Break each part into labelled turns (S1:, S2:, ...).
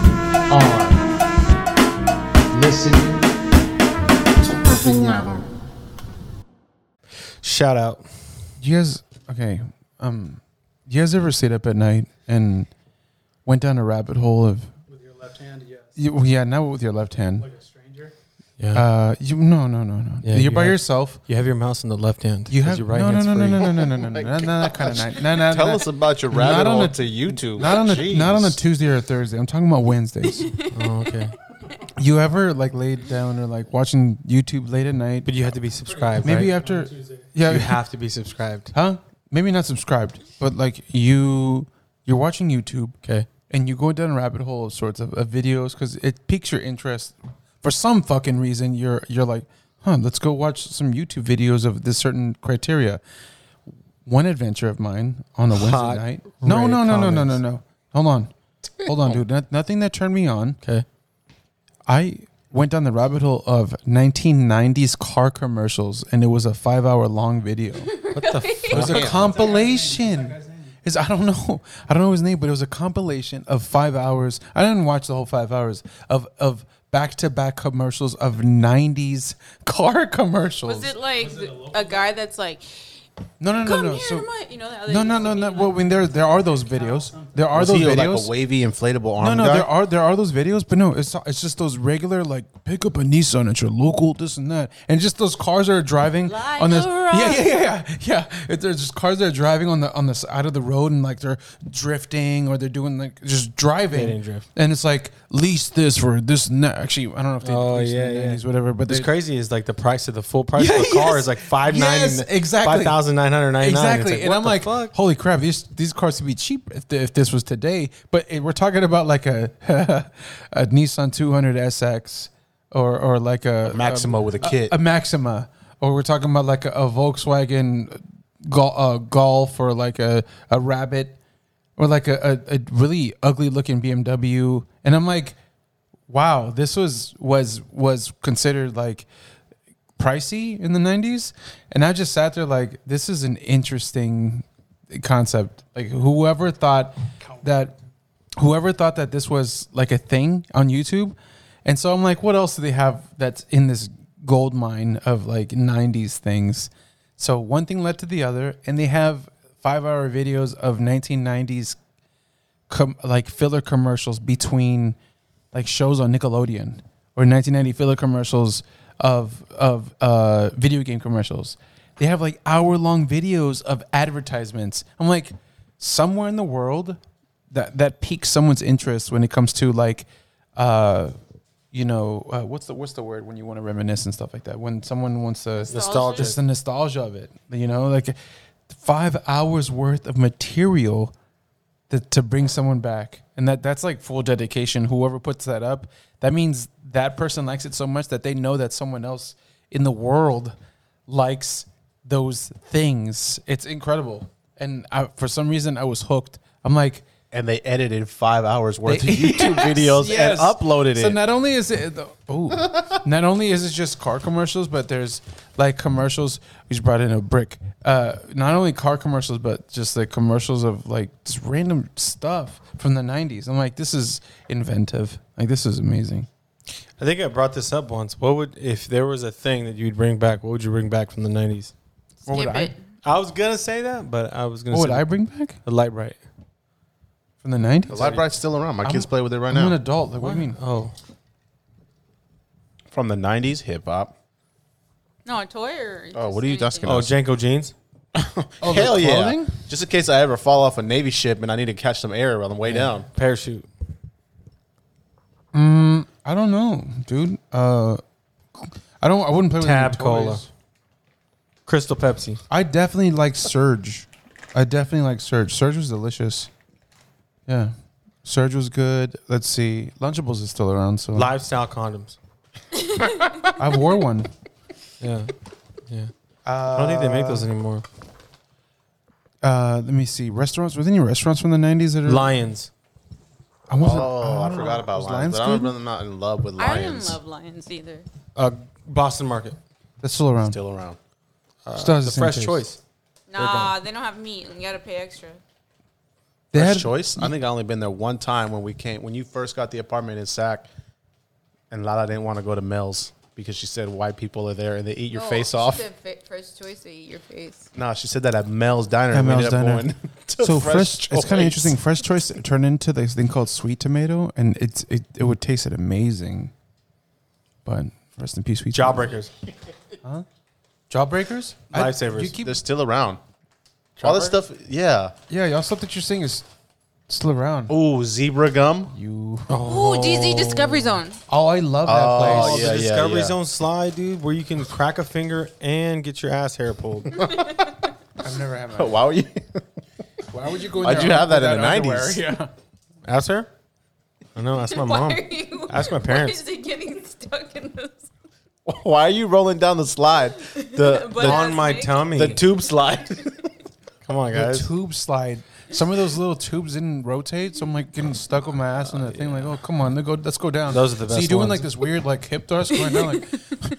S1: are listening to Afiñado.
S2: Shout out.
S3: You guys, okay. Um, you guys ever sit up at night and went down a rabbit hole of?
S4: With your left hand, yes.
S3: You, yeah, not with your left hand.
S4: Like a stranger.
S2: Yeah.
S3: Uh, you no no no no.
S2: Yeah,
S3: You're
S2: you
S3: by
S2: have-
S3: yourself.
S2: you have your mouse in the left hand.
S3: You
S2: 'cause
S3: have
S2: your right
S3: no, no,
S2: hand's
S3: no, no
S2: free.
S3: no no no no no no not that kind of night. No, no,
S5: Tell
S3: no,
S5: us about your rabbit
S3: Not on
S5: hole
S3: a-
S5: to YouTube.
S3: Not on a
S5: Jeez.
S3: not on a Tuesday or a Thursday. I'm talking about Wednesdays.
S2: Oh, okay.
S3: you ever like laid down or like watching YouTube late at night?
S2: But you have to be subscribed.
S3: Maybe
S2: right?
S3: after
S4: Tuesday.
S3: yeah,
S2: you have to be subscribed.
S3: huh? Maybe not subscribed, but like you you're watching YouTube
S2: Okay.
S3: and you go down a rabbit hole of sorts of, of videos because it piques your interest for some fucking reason you're you're like huh let's go watch some youtube videos of this certain criteria one adventure of mine on a wednesday
S2: Hot
S3: night no no
S2: rate
S3: no no no no
S2: comments.
S3: no hold on hold on dude Not, nothing that turned me on
S2: Okay.
S3: i went down the rabbit hole of 1990s car commercials and it was a five hour long video
S2: What the fuck?
S3: it was a compilation. Is I don't know. I don't know his name, but it was a compilation of five hours. I didn't watch the whole five hours of of back to back commercials of '90s car commercials.
S6: Was it like a, guy that's like,
S3: no, no, no,
S6: come
S3: no.
S6: here,
S3: So,
S6: my, you know, how they
S3: no, no,
S6: used
S3: no,
S6: to
S3: no.
S6: be
S3: Well, when there there are those videos. There are
S5: Was
S3: those
S5: he like
S3: videos.
S5: a wavy inflatable
S3: no,
S5: arm
S3: no,
S5: guy?
S3: there are there are those videos, but no, it's not- it's just those regular like pick up a Nissan at your local this and that, and just those cars that are driving
S6: Like
S3: on this.
S6: a
S3: Yeah,
S6: rock.
S3: yeah, yeah, yeah, yeah. It, there's just cars that are driving on the on the side of the road and like they're drifting or they're doing like just driving.
S2: They didn't drift.
S3: And it's like lease this for this and that. Actually, I don't know if they
S2: Oh,
S3: leased in the
S2: yeah, yeah.
S3: 90s, whatever. But
S2: What's
S3: they,
S2: crazy is like the price of the full price of the
S3: Yeah,
S2: car
S3: yes.
S2: is like five
S3: Yes, exactly.
S2: five thousand nine hundred ninety nine.
S3: Exactly, and I'm like, holy crap! These these cars would be cheap if, the, if this was today. But it, we're talking about like a a Nissan 200 SX or or like a
S5: Maximo with a kit.
S3: a, Maxima, or we're talking about like a, a Volkswagen Gol- uh, Golf or like a a Rabbit or like a, a, a really ugly looking BMW. And I'm like, wow, this was was was considered like pricey in the 90s and i just sat there like this is an interesting concept like whoever thought that whoever thought that this was like a thing on youtube and so i'm like what else do they have that's in this gold mine of like 90s things so one thing led to the other and they have five hour videos of 1990s com- like filler commercials between like shows on Nickelodeon or 1990 filler commercials of of uh, video game commercials. They have like hour long videos of advertisements. I'm like, somewhere in the world that that piques someone's interest when it comes to like, uh, you know, uh, what's the what's the word when you want to reminisce and stuff like that? When someone wants to
S6: Nostalgic.
S3: just the nostalgia of it, you know, like five hours worth of material that to bring someone back and that that's like full dedication whoever puts that up that means that person likes it so much that they know that someone else in the world likes those things it's incredible and I, for some reason i was hooked i'm like
S5: and they edited five hours worth
S3: They-
S5: of YouTube
S3: Yes,
S5: videos
S3: yes.
S5: and uploaded
S3: so
S5: it.
S3: not only is it oh not only is it just car commercials but there's like commercials we just brought in a brick uh not only car commercials but just like commercials of like just random stuff from the 90s i'm like this is inventive like this is amazing
S2: I think I brought this up once. What would if there was a thing that you'd bring back? What would you bring back from the nineties?
S3: what would
S6: Skip
S3: I-
S6: it.
S2: I was gonna say that, but I was gonna
S3: what would
S2: say
S3: i bring back
S2: a light bright.
S3: from the 90s
S5: The light bright's still around. My kids play with it right
S3: i'm
S5: now.
S3: an adult like what, do you mean
S2: Oh,
S5: From the '90s, hip hop.
S6: No, a toy or.
S5: Oh,
S6: just
S5: what are you
S6: anything?
S5: asking?
S2: oh, Janko jeans.
S5: Oh,
S3: the
S5: Hell yeah!
S3: clothing?
S5: Just in case I ever fall off a Navy ship and I need to catch some air on the way down.
S2: parachute.
S3: i don't know dude uh i don't i wouldn't play with any
S2: Tab Cola.
S3: toys.
S2: Crystal Pepsi.
S3: I definitely like Surge. I definitely like Surge. Surge was delicious. Yeah. Surge was good. Let's see. Lunchables is still around, so
S2: Lifestyle condoms.
S3: I wore one.
S2: Yeah. Yeah. I don't think they make those anymore.
S3: Uh, let me see. Restaurants. Was there any restaurants from the nineties that are
S2: Lions.
S3: I wasn't.
S5: Oh, I forgot about
S3: Was
S5: lions.
S3: Lions
S5: But I'm
S3: good?
S5: really not in love with
S6: I didn't
S5: lions.
S6: love lions either.
S2: Uh, Boston Market.
S3: That's still around.
S5: Still around.
S3: Still has
S2: The
S3: same
S2: fresh
S3: taste.
S2: choice.
S6: Nah, they don't have meat and you gotta pay extra.
S3: They
S5: Fresh
S3: had,
S5: choice. I think I only been there one time when we came when you first got the apartment in Sac, and Lala didn't want to go to Mel's because she said white people are there and they eat your
S6: Oh,
S5: face
S6: she
S5: off.
S6: said fa- first choice, they eat your face.
S5: No, she said that at Mel's Diner.
S3: At
S5: and we
S3: Mel's
S5: ended up
S3: Diner.
S5: going to
S3: so fresh.
S5: Choice.
S3: it's kind of interesting. Fresh choice turned into this thing called sweet tomato, and it's it, it would taste it amazing. But rest in peace, sweet tomato.
S2: Jawbreakers.
S3: Jawbreakers, I-
S2: Lifesavers.
S3: You keep,
S5: They're still around. All this stuff, yeah.
S3: yeah, y'all stuff that you're saying is still around.
S5: Ooh, zebra gum.
S3: You.
S6: Ooh, DZ Discovery Zone.
S3: Oh, I love that
S5: Oh,
S3: place.
S2: Oh,
S5: yeah,
S2: the
S5: yeah,
S2: Discovery
S5: yeah.
S2: Zone slide, dude, where you can crack a finger and get your ass hair pulled.
S3: I've never had. That.
S5: Oh, Why were you?
S3: Why would you go? in
S5: Why'd
S3: there
S5: you have that in
S3: without
S5: the
S3: underwear?
S5: 90s?
S3: Yeah.
S2: ass hair? I know. That's my mom.
S6: Why are you?
S2: Ask my
S6: Why
S2: parents.
S6: is it getting stuck in this?
S5: Why are you rolling down the slide? The
S6: But
S2: On
S6: that's
S2: my
S6: naked.
S2: tummy.
S5: the tube slide.
S2: Come on,
S3: the
S2: guys.
S3: tube slide. Some of those little tubes didn't rotate, so I'm like getting stuck with my ass in that thing. Like, oh come on, let go, let's go down.
S2: Those are the
S3: So
S2: best
S3: you're doing
S2: ones.
S3: like this weird like hip thrust going down. Like,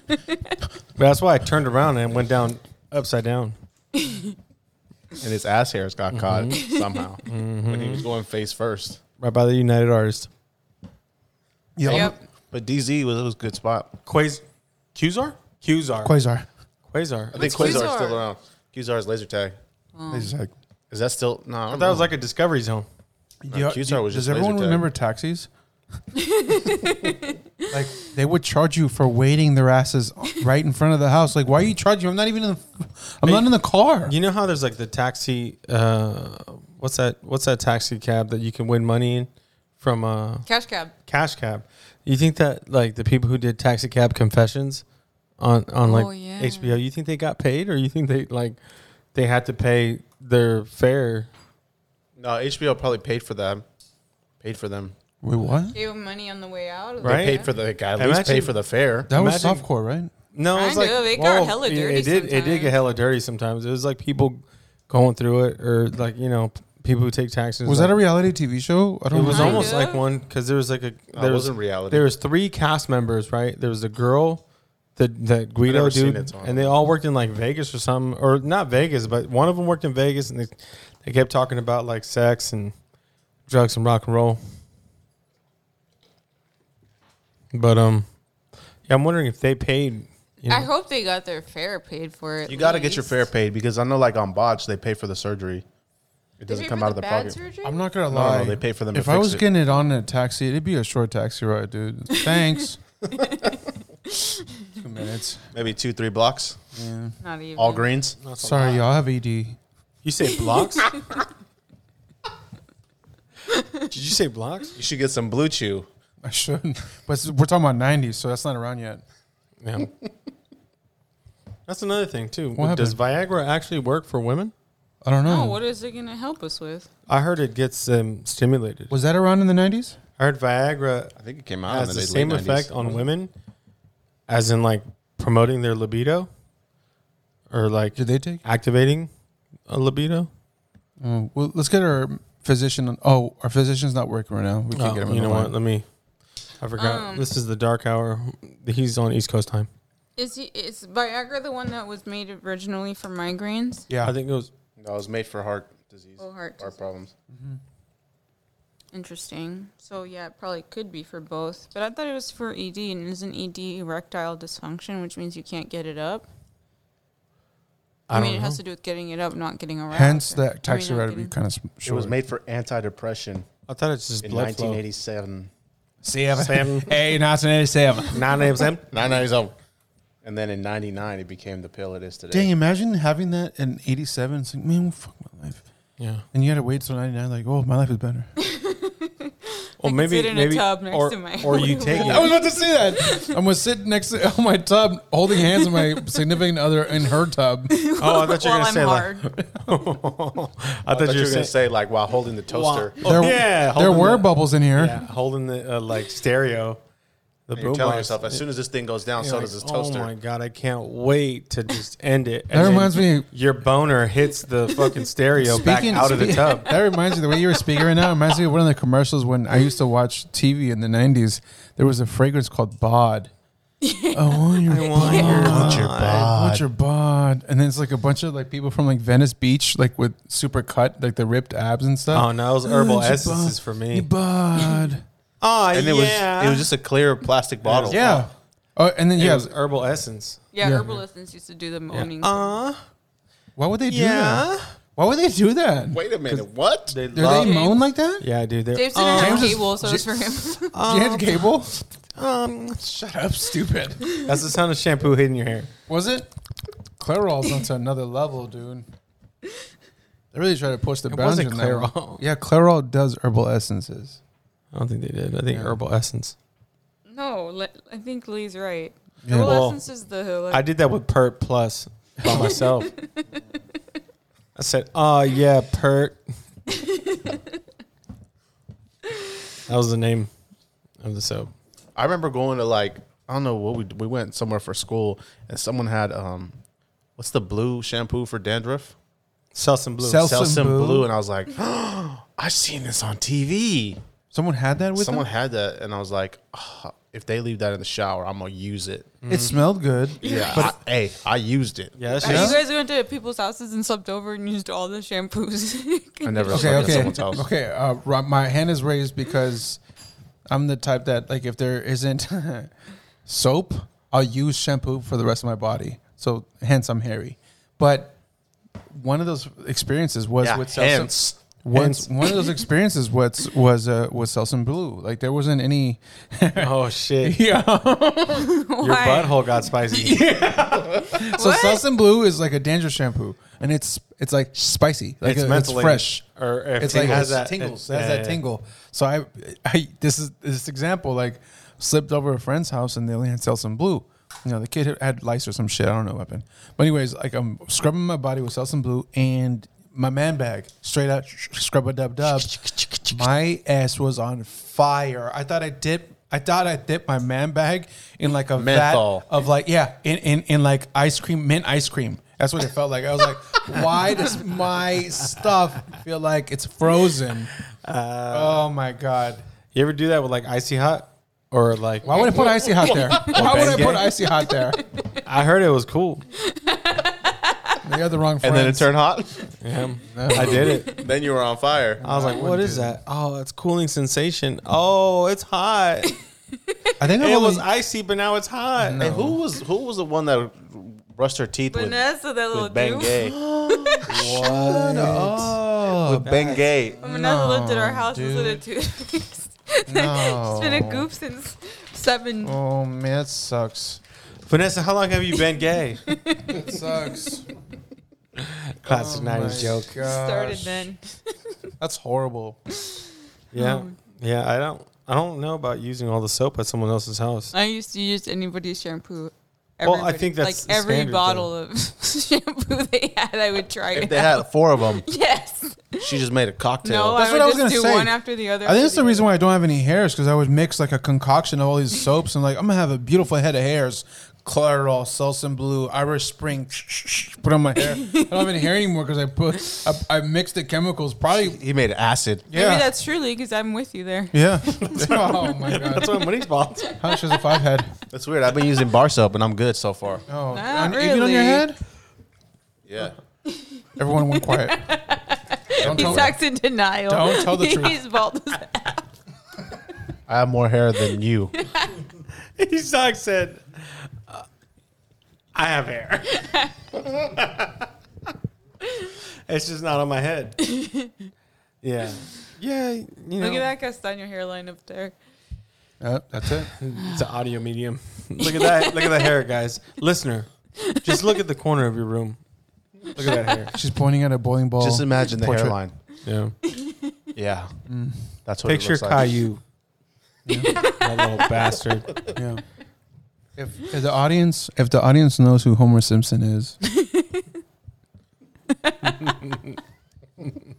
S2: But that's why I turned around and went down upside down.
S5: and his ass hairs got caught somehow Mm-hmm. when he was going face first.
S2: Right by the United Artists.
S3: yeah,
S6: Yep.
S5: But DZ was it was a good spot.
S2: Quaz- Qzar? Qzar.
S3: Quasar.
S2: Quasar.
S5: I think
S6: What's
S5: Quasar's
S6: Quasar?
S5: still around. Quasar's laser tag.
S3: He's like,
S5: Is that still no? I
S2: I
S5: don't
S2: thought it was
S5: know.
S2: like a Discovery Zone.
S3: yeah,
S5: Qzar
S3: do-
S5: was just
S3: does everyone
S5: laser tag.
S3: remember taxis? like they would charge you for waiting their asses right in front of the house. Like, why are you charging? I'm not even in the, I'm not in the car.
S2: You know how there's like the taxi. Uh, what's that? What's that taxi cab that you can win money in from uh,
S6: Cash cab.
S2: cash cab? You think that like the people who did taxi cab confessions on on like
S6: Oh, yeah.
S2: HBO, you think they got paid, or you think they like they had to pay their fare?
S5: no. HBO probably paid for them. Paid for them.
S3: Wait, what?
S6: Gave him money on the way out. of
S5: They
S2: Right?
S6: there.
S5: paid for the guy. At least
S2: Imagine-
S5: paid for the fare.
S3: That was
S2: Imagine-
S3: softcore, right?
S2: No, it was like
S6: Kinda, they got hella
S2: it-
S6: dirty
S2: It did. It did get
S6: sometimes.
S2: hella dirty sometimes. It was like people going through it, or like you know p- people who take taxis.
S3: Was
S2: like,
S3: that a reality TV show? I don't.
S2: It was
S3: remember.
S6: Kinda.
S2: almost like one because there was like a
S5: No,
S2: there
S5: it
S2: was
S5: wasn't reality.
S2: there was three cast members, right? There was a girl, the that Guido
S5: never seen
S2: dude,
S5: it, so I don't
S2: and they all worked in like Vegas or something, or not Vegas, but one of them worked in Vegas, and they they kept talking about like sex and drugs and rock and roll. But um, yeah, I'm wondering if they paid. You know,
S6: I hope they got their fare paid for it.
S5: you got to get your fare paid because I know, like on Botch, they pay for the surgery. It doesn't come out of their pocket.
S3: I'm not gonna
S5: no,
S3: lie.
S5: they pay for them to
S3: If I
S5: fix
S3: was
S5: it.
S3: getting it on a taxi, it'd be a short taxi ride, dude. Thanks. Two minutes.
S5: Maybe two, three blocks.
S6: Not even.
S5: All greens.
S3: Sorry, y'all have E ED.
S2: you say blocks? Did you say blocks?
S5: You should get some blue chew.
S3: I shouldn't. But s- we're talking about '90s, so that's not around yet.
S2: Yeah. That's another thing too.
S3: What
S2: Does Viagra actually work for women?
S3: I don't know.
S6: Oh, what is it gonna help us with?
S2: I heard it gets um, stimulated.
S3: was that around in the '90s?
S2: I heard Viagra
S5: I think it came out
S2: has
S5: in
S2: the
S5: late
S2: same
S5: 90s.
S2: effect on women as in like promoting their libido or like
S3: Did they take?
S2: activating a libido.
S3: Oh, well, let's get our physician. on- Oh, our physician's not working right now. We can't get him.
S2: Oh,
S3: on
S2: you
S3: the
S2: know
S3: line.
S2: what? Let me. I forgot.
S6: Um,
S2: this is the dark hour. He's on East Coast time.
S6: Is he, is Viagra the one that was made originally for migraines?
S3: Yeah.
S2: I think it was.
S5: No, it was made for heart disease.
S6: Oh, heart disease.
S5: problems.
S6: Interesting. So yeah, it probably could be for both, but I thought it was for ED, and isn't ED erectile dysfunction, which means you can't get it up?
S2: I,
S6: I,
S2: don't
S6: mean, it
S2: know.
S6: has to do with getting it up, not getting around.
S3: Hence, that taxi ride
S6: ride
S3: would be kind of short.
S5: It was made for antidepressant
S2: I thought it's just
S5: in
S2: blood flow.
S5: 1987.
S3: Seven.
S2: Seven.
S3: Hey, 1987.
S2: Nine names. Sam.
S5: 997. And then in 99, it became the pill it is today.
S3: Dang! Imagine having that in '87. It's like, man, well, fuck my life.
S2: Yeah.
S3: And you had to wait till '99. Like, oh, my life is better.
S2: Well,
S6: could
S2: maybe
S6: sit in a
S2: maybe
S6: tub next
S2: or,
S6: to my
S2: or you
S6: wheel.
S2: take
S3: I was
S2: it.
S3: about to say that. I'm gonna sit next to on my tub, holding hands with my significant other in her tub.
S2: Oh, I thought you were gonna
S6: While I'm
S2: say like.
S6: hard,
S2: I thought,
S5: I
S2: you
S5: thought you were
S2: were
S5: going to
S2: gonna
S5: say, like, while holding the toaster.
S2: Oh, yeah,
S3: there
S2: holding
S3: were
S2: the-
S3: bubbles in here.
S2: Yeah, holding the uh, like stereo. The
S5: And you're telling
S2: boombox.
S5: yourself, as soon as this thing goes down,
S2: You're
S5: so
S2: like,
S5: does this toaster.
S2: Oh my god, I can't wait to just end it. And
S3: That
S2: then
S3: reminds me-
S2: Your boner hits the fucking stereo back out of the
S3: spe-
S2: tub.
S3: That reminds me the way you were speaking right now reminds me of one of the commercials when I used to watch TV in the nineties. There was a fragrance called Bod. I want your bod.
S2: want your
S3: I want your bod. And then it's like a bunch of like people from like Venice Beach, like with super cut, like the ripped abs and stuff.
S2: Oh, no, those herbal
S3: I want your
S2: essences
S3: bod.
S2: for me.
S3: Your Bod.
S2: Oh,
S5: and it was it was just a clear plastic bottle.
S3: yeah. Oh, and then
S2: it
S3: yeah.
S2: was herbal essence.
S6: Yeah,
S3: Yeah.
S6: herbal essence used to do the moaning.
S2: Uh,
S3: Why would they do that? Why would they do that?
S5: Wait a minute, what?
S2: they
S3: do
S2: love-
S3: they moan like that?
S2: yeah, dude. they're-
S6: James didn't have
S3: James is-
S6: cable, so it's for him.
S3: Jan Cable?
S2: um,
S3: Oh, Shut up, stupid.
S2: that's the sound of shampoo hitting your hair.
S3: Was it? Clairol's onto another level, dude. They really try to push the
S2: It
S3: boundaries.
S2: wasn't
S3: on that one.
S2: Clairol.
S3: Yeah, Clairol does herbal essences.
S2: I don't think they did. I think herbal essence.
S6: no, Le- I think Lee's right.
S3: Yeah.
S6: Herbal
S2: Well,
S6: essence is the like,
S2: I did that with Pert Plus by myself. I said, "Oh yeah, Pert." that was the name of the soap.
S5: I remember going to like I don't know what we we went somewhere for school and someone had um what's the blue shampoo for dandruff?
S2: Selsun Blue.
S3: Selsun
S5: Selsun
S3: Blue.
S5: blue. and I was like, I've seen this on TV.
S3: Someone had that with
S5: Someone
S3: them?
S5: had that and I was like, "Ah, if they leave that in the shower, I'm gonna use it.
S3: It smelled good.
S5: Yeah, I- hey, I used it.
S2: yeah, that's
S6: Are
S2: just-
S6: You guys went to people's houses and slept over and used all the shampoos.
S5: I never
S3: Okay,
S5: slept at
S3: okay,
S5: someone's house.
S3: okay. Uh, Rob, my hand is raised because I'm the type that, like, if there isn't soap, I'll use shampoo for the rest of my body. So, hence, I'm hairy. But one of those experiences was
S5: Yeah,
S3: with Selsun.
S5: hence.
S3: Once one of those experiences was was uh, was Selsun Blue. Like there wasn't any.
S2: oh shit!
S3: yeah.
S2: Your butthole got spicy.
S3: So
S6: What?
S3: Selsun Blue is like a dandruff shampoo, and it's it's like spicy, like
S2: it's
S3: it's, it's
S2: mentally
S3: fresh.
S2: Or if
S3: It's
S2: it
S3: like
S2: has
S3: has
S2: that
S3: tingles,
S2: it-
S3: it has
S2: yeah,
S3: that
S2: yeah.
S3: tingle. So I, I this is this example like slipped over a friend's house and they only had Selsun Blue. You know, the kid had- had lice or some shit. I don't know what happened. But anyways, like I'm scrubbing my body with Selsun Blue and my man bag straight out scrub a dub dub. My ass was on fire. I thought I dipped. I thought I dipped my man bag in like a vat
S5: Menthol.
S3: of like yeah in, in in like ice cream mint ice cream that's what it felt like i was like why does my stuff feel like it's frozen oh my god
S2: You ever do that with like icy hot or like?
S3: why would i put icy hot there why would i
S2: Bengay?
S3: put icy hot there
S2: I heard it was cool.
S3: they are the wrong
S5: And
S3: friends.
S5: then it turned hot.
S2: Yeah, I did it.
S5: then you were on fire.
S2: I was like, "What is that? Oh, it's cooling sensation. Oh, it's hot.
S3: i think
S2: it was
S3: ice
S2: icy, but now it's hot."
S5: Hey, who was who was the one that brushed her teeth with,
S6: Vanessa, that little
S5: with
S6: dude.
S5: Bengay? with Bengay.
S6: Vanessa lived at our
S3: No,
S6: house and said it too. She's been a goop since seven.
S3: oh man that sucks
S2: Vanessa, how long have you been gay?
S3: it sucks
S2: Classic
S3: My
S2: '90s joke.
S6: started
S3: gosh.
S6: then.
S3: that's horrible
S2: Yeah,
S6: Oh.
S2: yeah. I don't, I don't know about using all the soap at someone else's house.
S6: I used to use anybody's shampoo.
S2: Well, I
S6: Everybody.
S2: think that's
S6: like every
S2: standard, though.
S6: bottle of shampoo they had, I would try
S5: If
S6: it.
S5: they
S6: out.
S5: had four of them,
S6: yes.
S5: she just made a
S6: No,
S5: cocktail.
S3: That's what
S6: I would
S3: I was
S6: just do
S3: gonna say.
S6: one after the other.
S3: I think that's the
S6: after
S3: reason why I don't have any hairs because I would mix like a concoction of all these soaps and like I'm gonna have a beautiful head of hairs. Clairol, Selsun Blue, Irish Spring, put on my hair. I don't have any hair anymore because I put I, I mixed the chemicals. Probably
S5: He made acid.
S6: the other. Maybe
S3: yeah,
S6: that's truly because I'm with you there.
S3: yeah. oh my god,
S2: That's what money's fault.
S3: how much is a five head?
S5: That's weird. I've been using bar soap and I'm good so far.
S3: Oh,
S6: Not
S3: on- even on your
S6: really.
S3: head.
S5: Yeah.
S3: Everyone went quiet. Don't
S6: He
S3: tell,
S6: talks in denial.
S3: Don't tell the
S6: He's
S3: truth.
S6: bald as
S5: I have more hair than you.
S2: Isaac said, uh, "I have hair. it's just not on my head." Yeah, yeah. You know,
S6: Look at that castaño hairline up there.
S3: Uh, that's it.
S2: It's an audio medium. Look at that. look at that hair, guys. Listener, just look at the corner of your room. Look at that hair.
S3: She's pointing at a bowling ball.
S5: Just imagine the
S3: Portrait.
S5: hairline.
S2: Yeah.
S5: Yeah. That's what
S2: Mm. Picture
S5: it looks like.
S2: Caillou. That little bastard.
S3: Yeah. If, if the audience if the audience knows who Homer Simpson is,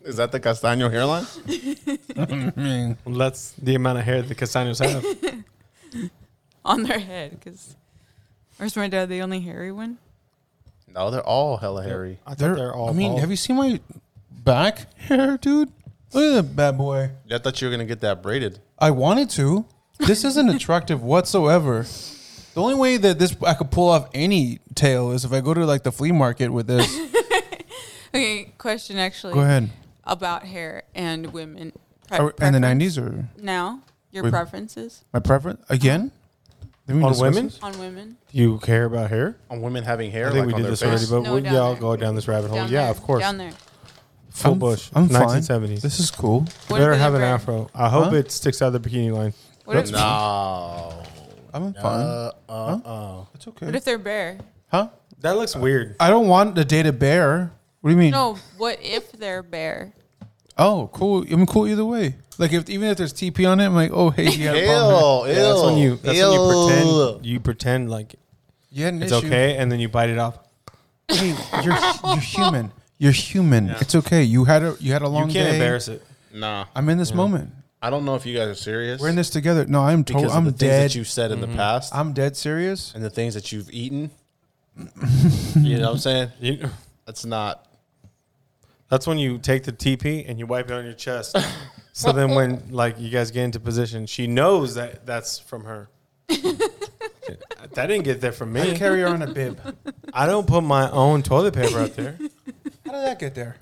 S5: Is that the Castaño hairline?
S3: I mean,
S2: Well, that's the amount of hair the Castaños have.
S6: on their head because. Where's my dad? The only hairy one.
S5: No, they're all hella hairy.
S2: I they're, they're all.
S3: I mean,
S2: bald.
S3: have you seen my back hair, dude? Look at that bad boy.
S5: I thought you were gonna get that braided.
S3: I wanted to. This isn't attractive whatsoever. The only way that this I could pull off any tail is if I go to like the flea market with this.
S6: Okay, question actually.
S3: go ahead.
S6: About hair and women. Pre-
S3: Are, in the
S6: preference
S3: nineties or
S6: Now, your
S3: Women.
S6: preferences
S3: my preference again? Didn't we
S2: On
S3: discuss
S2: women?
S3: this?
S6: on women.
S2: You care about hair?
S5: On women having hair,
S2: I think
S5: like
S2: we
S5: on
S2: did
S5: their
S2: this
S5: face.
S2: already, but
S6: No,
S2: we,
S6: down
S2: yeah, I'll
S6: there.
S2: go down this rabbit hole.
S6: Down
S2: Oh, yeah,
S6: there,
S2: of course.
S6: Down there.
S2: Full
S3: I'm,
S2: bush.
S3: I'm fine.
S2: 1970s.
S3: This is cool.
S6: What
S2: Better
S6: if
S2: have an
S6: they're gray?
S2: afro. I hope
S3: Huh?
S2: it sticks out of the bikini line.
S6: What if,
S5: No.
S3: I'm fine.
S5: Uh, uh, uh.
S3: it's
S6: what
S3: okay.
S6: if they're bare?
S3: Huh?
S2: That looks weird.
S3: I don't want the data bear. What do you mean?
S6: No, what if they're bare?
S3: Oh, cool. I'm cool either way. Like if even if there's TP on it, I'm like, oh hey, you got a problem.
S5: Ew, ew.
S2: Yeah, that's when you. That's when you
S5: ew.
S2: pretend. You pretend like
S3: You had an
S2: it's
S3: issue.
S2: okay, and then you bite it off.
S3: Hey, you're you're human. You're human. It's okay. You had a you had a
S2: You
S3: long
S2: can't
S3: day.
S2: embarrass it.
S5: Nah,
S3: I'm in this moment.
S5: I don't know if you guys are serious.
S3: We're in this together. No, I'm
S2: Oh,
S5: because
S3: told
S5: of the
S3: I'm
S5: things
S3: dead.
S5: that you've said
S2: Mm-hmm.
S5: in the past
S3: I'm dead serious.
S5: and the things that you've eaten. you know what I'm saying?
S2: You-
S5: That's not.
S2: That's when you take the TP and you wipe it on your chest. so then when like you guys get into position, she knows that that's from her. that didn't get there from
S3: I
S2: me.
S3: carry her on a bib.
S2: I don't put my own toilet paper out there.
S3: How did that get there?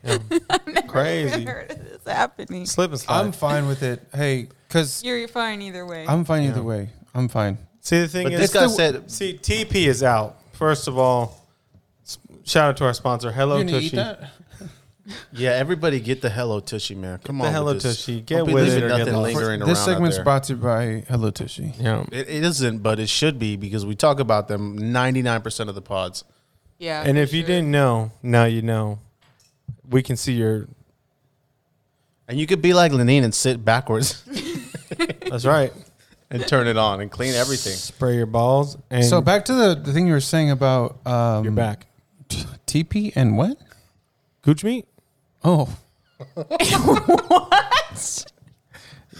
S2: Crazy.
S6: it's happening.
S2: Slip and slide.
S3: I'm fine with it. Hey, because
S6: You're fine either way.
S3: I'm fine either way. I'm fine.
S2: see the thing
S5: But
S2: is
S5: this guy said,
S2: See, TP is out. First of all, s- shout out to our sponsor, Hello
S3: You gonna eat
S2: Tushy.
S3: that?
S5: "Yeah, everybody get the hello tushy, man. Come
S2: The
S5: on, with
S2: Hello
S5: this.
S2: Tushy. Get
S5: Don't be
S2: with
S5: leaving
S2: it or get
S5: Nothing
S2: lost.
S5: lingering around.
S3: This
S5: out
S3: segment's
S5: there.
S3: brought to you by Hello Tushy.
S2: Yeah.
S5: It, it isn't, but it should be because we talk about them 99% of the pods.
S6: yeah.
S2: And
S6: for
S2: if you
S6: sure.
S2: didn't know, now you know. We can see your.
S5: And you could be like Lenine and sit backwards
S2: That's right.
S5: and turn it on and clean everything.
S2: Spray your balls and
S3: So back to the, the thing you were saying about um,
S2: your back.
S3: t- TP and what?
S2: Gooch meat?
S3: Oh,